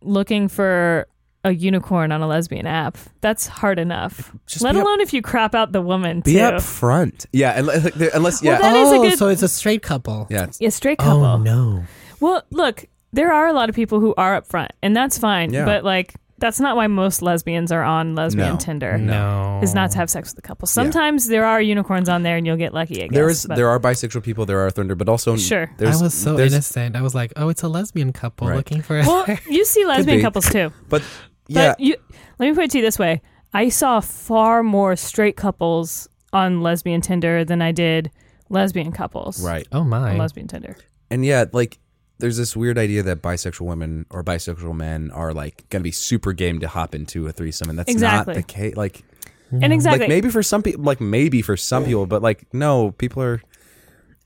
looking for a unicorn on a lesbian app, that's hard enough.
Just
Let
be up-
alone if you crop out the woman too.
Be up front. Yeah, and like, there- unless yeah,
Well, that is a
oh,
good-
so it's a straight couple.
yeah, it's-
Yeah, straight couple.
Oh no.
Well, look, there are a lot of people who are up front, and that's fine.
Yeah.
But like, that's not why most lesbians are on lesbian
No.
Tinder.
No.
Is not to have sex with a couple. Sometimes there are unicorns on there, and you'll get lucky. I guess,
there is
but-
there are bisexual people, there are thunder, but also
Sure.
There's,
I was so
there's-
innocent. I was like, oh, it's a lesbian couple
Right.
looking for a
(laughs)
Well, you see lesbian
be.
couples too.
But
But
yeah,
you, let me put it to you this way: I saw far more straight couples on lesbian Tinder than I did lesbian couples
right.
(laughs) Oh my.
on lesbian Tinder.
and yeah, like there's this weird idea that bisexual women or bisexual men are like gonna be super game to hop into a threesome, and that's
Exactly.
not the case. Like,
And exactly,
Mm-hmm. like maybe for some people, like maybe for some people, but like no, people are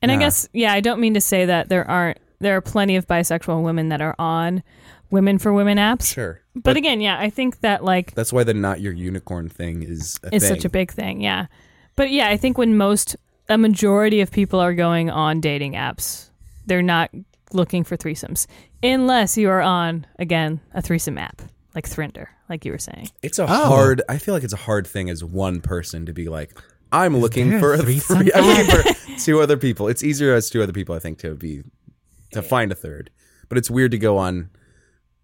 And I
Yeah.
guess, yeah, I don't mean to say that there aren't, there are plenty of bisexual women that are on women for women apps.
sure.
But, again, yeah, I think that like
That's why the not your unicorn thing is a thing.
is such a big thing. Yeah. But yeah, I think when most, a majority of people are going on dating apps, they're not looking for threesomes unless you are on, again, a threesome app like Thrinder, like you were saying.
Oh.
It's a hard. I feel like it's a hard thing as one person to be like, I'm looking
there
for
a
a
threesome
three. I'm looking
(laughs)
for two other people. It's easier as two other people, I think, to be to find a third. But it's weird to go on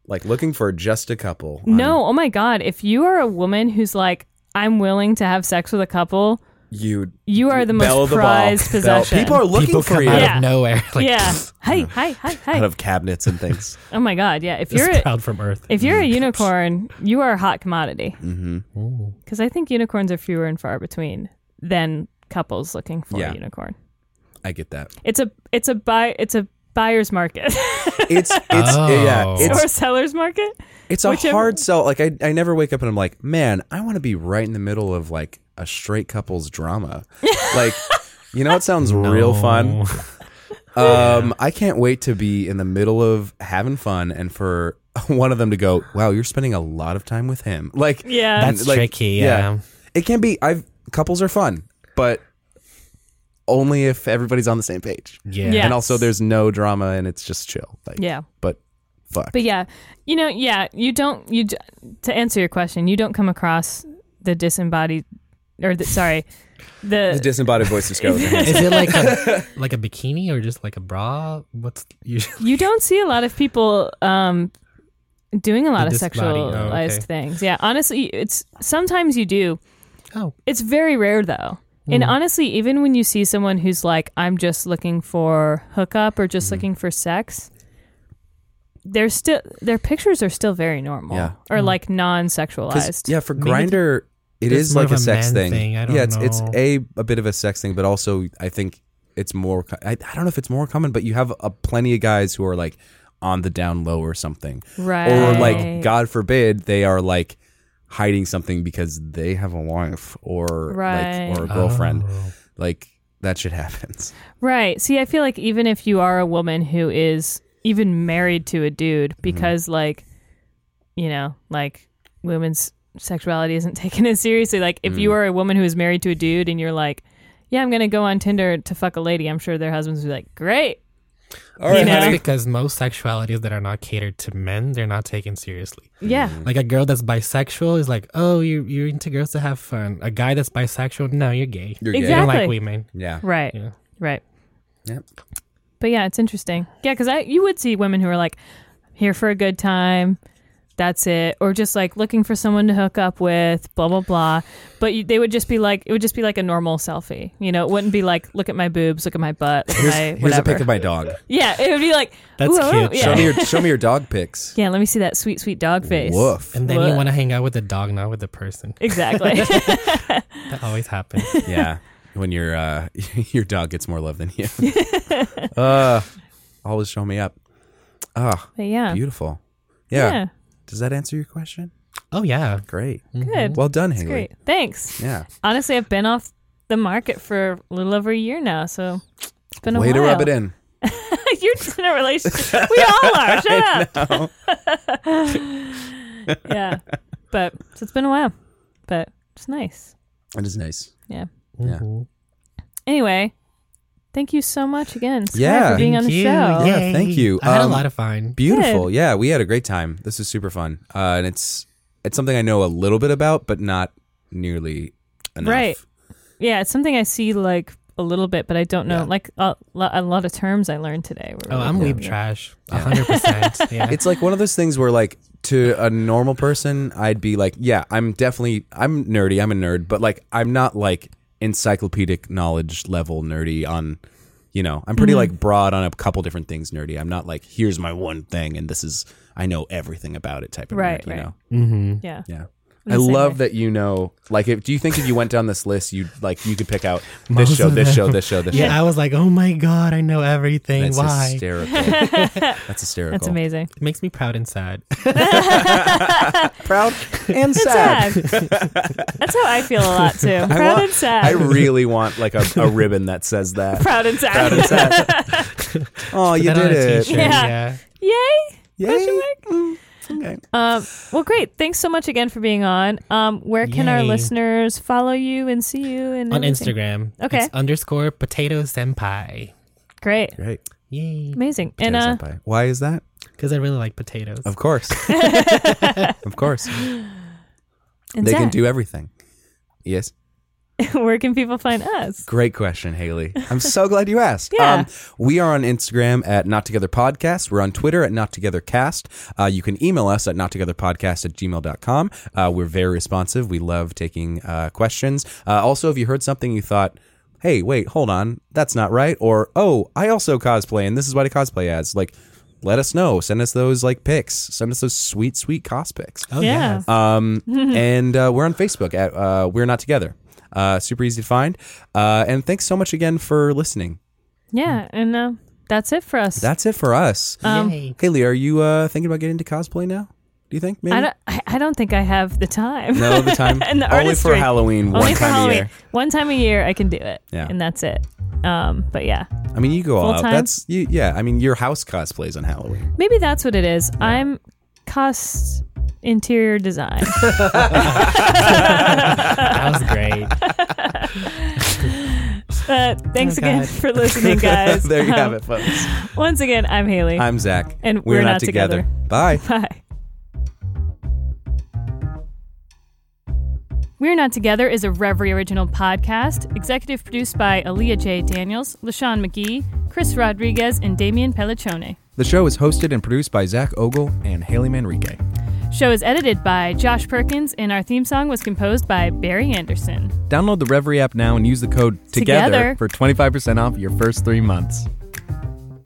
like looking for just a couple. on-
No, oh my God. If you are a woman who's like, I'm willing to have sex with a couple,
you.
you are the
bell
most
the ball.
prized
Bell-
possession.
People are looking
People
for
come
you
out
Yeah.
of nowhere. (laughs) Like,
(laughs)
yeah. Hi, hi, hi, hi.
out of cabinets and things.
Oh my god, yeah. If
(laughs)
you're
Just
a,
proud from Earth.
if you're a
Mm-hmm.
unicorn, you are a hot commodity.
Ooh.
Because I think unicorns are fewer and far between than couples looking for
Yeah.
a unicorn.
I get that.
It's a it's a buy it's a buyer's market (laughs)
It's it's yeah.
(laughs) Oh.
It's
or seller's market.
It's a
Whichever-
hard sell. Like I, I never wake up and I'm like, man, I want to be right in the middle of like a straight couple's
(laughs)
drama. like, you know, it sounds real fun.
No.
Um, I can't wait to be in the middle of having fun and for (laughs) one of them to go, wow, you're spending a lot of time with him. Like,
Yeah.
That's
like,
tricky.
yeah.
Yeah.
it can be. I've couples are fun, but only if everybody's on the same page.
Yeah.
Yeah.
And also, there's no drama and it's just chill. Like,
yeah.
But fuck.
But yeah, you know, yeah, you don't you d- to answer your question, you don't come across the disembodied or
(laughs)
the, sorry,
the
the
disembodied voice of
(laughs)
Scarlet.
Is it like
(laughs)
a like a bikini or just like a bra? What's usually (laughs)
you don't see a lot of people um, doing a lot
The
of
disc body. Oh,
sexualized
okay.
things. Yeah, honestly, it's sometimes you do.
Oh.
It's very rare though.
Mm.
And honestly, even when you see someone who's like, I'm just looking for hookup or
Mm.
just looking for sex, they're still their pictures are still very normal
Yeah.
or like
'Cause,
non-sexualized.
Yeah, for
Maybe
grinder, it
it's
is
more
like
of
a
a
sex
man
thing.
thing, I don't
yeah, it's it's
know.
a a bit of a sex thing, but also I think it's more. co- I, I don't know if it's more common, but you have a plenty of guys who are like on the down low or something,
Right.
or like God forbid they are like hiding something because they have a wife or
Right.
like or a girlfriend.
Oh.
Like that shit happens.
Right. See, I feel like even if you are a woman who is even married to a dude, because like, you know, like women's sexuality isn't (laughs) taken as seriously. Like, if you are a woman who is married to a dude and you're like, yeah, I'm gonna go on Tinder to fuck a lady, I'm sure their husbands would be like, great.
All
right,
right,
You know?
That's
honey.
because most sexualities that are not catered to men, they're not taken seriously.
Yeah.
Mm.
Like a girl that's bisexual is like, oh, you're you're into girls that have fun. A guy that's bisexual, no, you're gay.
you're
You don't
Exactly.
like women.
gay. Yeah,
Right.
Yeah.
Right.
Yep.
But yeah, it's interesting. Yeah, because I you would see women who are like here for a good time. that's it or just like looking for someone to hook up with blah blah blah but you, they would just be like it would just be like a normal selfie you know it wouldn't be like look at my boobs look at my butt look at
Here's,
my
here's a
whatever
pic of my dog.
yeah it would be like
That's
ooh, I don't-
cute.
yeah.
Show me your show
(laughs)
me your dog pics.
yeah let me see that sweet sweet dog face
Woof.
And then you
What?
want to hang out with the dog, not with the person.
(laughs)
exactly (laughs)
That always happens.
yeah. When your uh, (laughs) your dog gets more love than
(laughs)
you. uh, always show me up. Ah,
but yeah
beautiful. Yeah. Does that answer your question?
Oh yeah,
Great.
good
Mm-hmm. Well done,
Mm-hmm. That's
Haley.
great thanks
Yeah.
honestly i've been off the market for a little over a year now so it's been a
Way to
while
rub it in.
(laughs) You're just in a relationship. We
(laughs)
all are. Shut up. (laughs) yeah. But so it's been a while. But it's nice.
That is nice.
Yeah.
Yeah.
Mm-hmm.
Mhm.
Anyway, thank you so much again, Sky,
Yeah.
for being on the
Thank you.
show.
Yeah, thank
Yay.
you.
I had
Um,
a lot of fun.
Beautiful. Yeah, we had a great time. This is super fun. Uh, and it's it's something I know a little bit about, but not nearly enough.
Right. Yeah, it's something I see like a little bit, but I don't know.
Yeah.
Like a, lo- a lot of terms I learned today. were
Oh,
really
I'm
cool.
weeb trash. A hundred
(laughs)
percent. Yeah.
It's like one of those things where like to a normal person, I'd be like, yeah, I'm definitely I'm nerdy, I'm a nerd, but like I'm not like encyclopedic knowledge level nerdy on you know, I'm
Mm-hmm.
pretty like broad on a couple different things nerdy. I'm not like here's my one thing and this is I know everything about it type of
Right,
nerd, you
right.
know.
mm-hmm.
Yeah.
Yeah.
the
I
same
love
way.
that you know. Like, if, do you think if you went down this list, you would like you could pick
(laughs)
out this
Most
show,
of
this
them.
show, this show, this
(laughs) Yeah, I was like, oh my god, I know everything.
show? That's
Why?
hysterical.
(laughs)
That's hysterical.
That's amazing.
it makes me proud and sad.
(laughs) Proud and sad.
Sad.
(laughs)
That's how I feel a lot too. Proud
wa-
and
(laughs)
sad.
I really want like a, a ribbon that says that.
Proud and sad.
Proud and sad.
(laughs)
oh, you
Put that on
did
a
it!
t-shirt,
Yeah.
yeah.
(laughs) Yay!
Yay.
Question mark?
Mm, okay.
Um, well, great. Thanks so much again for being on. Um, where can our
Yay.
listeners follow you and see you? And
On
everything?
Instagram.
Okay.
It's underscore potato senpai.
Great.
Great.
Yay.
Amazing. And uh,
Senpai. why is that?
Because I really like potatoes.
Of
(laughs)
course. of course.
and
they can
Zach,
do everything. Yes.
(laughs) where can people find us?
Great question, Haley. I'm so glad you asked. Um,
Yeah.
we are on Instagram at Not Together Podcast. We're on Twitter at Not Together Cast. Uh, you can email us at nottogetherpodcast at gmail.com. Uh, we're very responsive. We love taking uh, questions. Uh, also, if you heard something you thought, hey, wait, hold on, that's not right, or oh, I also cosplay and this is what I cosplay as, like, let us know. Send us those like pics. Send us those sweet, sweet cos pics.
oh
Yeah.
yes.
Um,
(laughs)
and uh, we're on Facebook at uh, We're Not Together. Uh, super easy to find. Uh, and thanks so much again for listening.
Yeah, and uh, that's it for us.
That's it for us.
Uh, Um,
Yay.
Haley, are you uh, thinking about getting into cosplay now? Do you think? Maybe?
I don't. I, I don't think I have the time.
no, the time.
and the
Only
artistry.
for Halloween,
(laughs) Only
one
for
time
Halloween.
a year.
One time a year, I can do it.
Yeah.
and that's it. Um, but yeah,
I mean, you go all
Full
out.
time?
That's you, yeah. I mean, your house cosplays on Halloween. (laughs)
maybe that's what it is. I'm cost
(laughs)
interior design.
that was great.
Uh, thanks
Oh,
again
God.
for listening,
(laughs)
guys.
there you
Um,
have
(laughs)
it, folks.
Once again, I'm Haley.
I'm Zach,
And
we're, not, together. Bye.
(laughs) Bye. We're Not Together is a Reverie Original podcast, executive produced by Aaliyah J. Daniels, LaShawn McGee, Chris Rodriguez, and Damian Pelliccione.
The show is hosted and produced by Zach Ogle and Haley Manrique.
Show is edited by Josh Perkins, and our theme song was composed by Barry Anderson.
Download the Reverie app now and use the code TOGETHER,
Together.
for 25% off your first three months.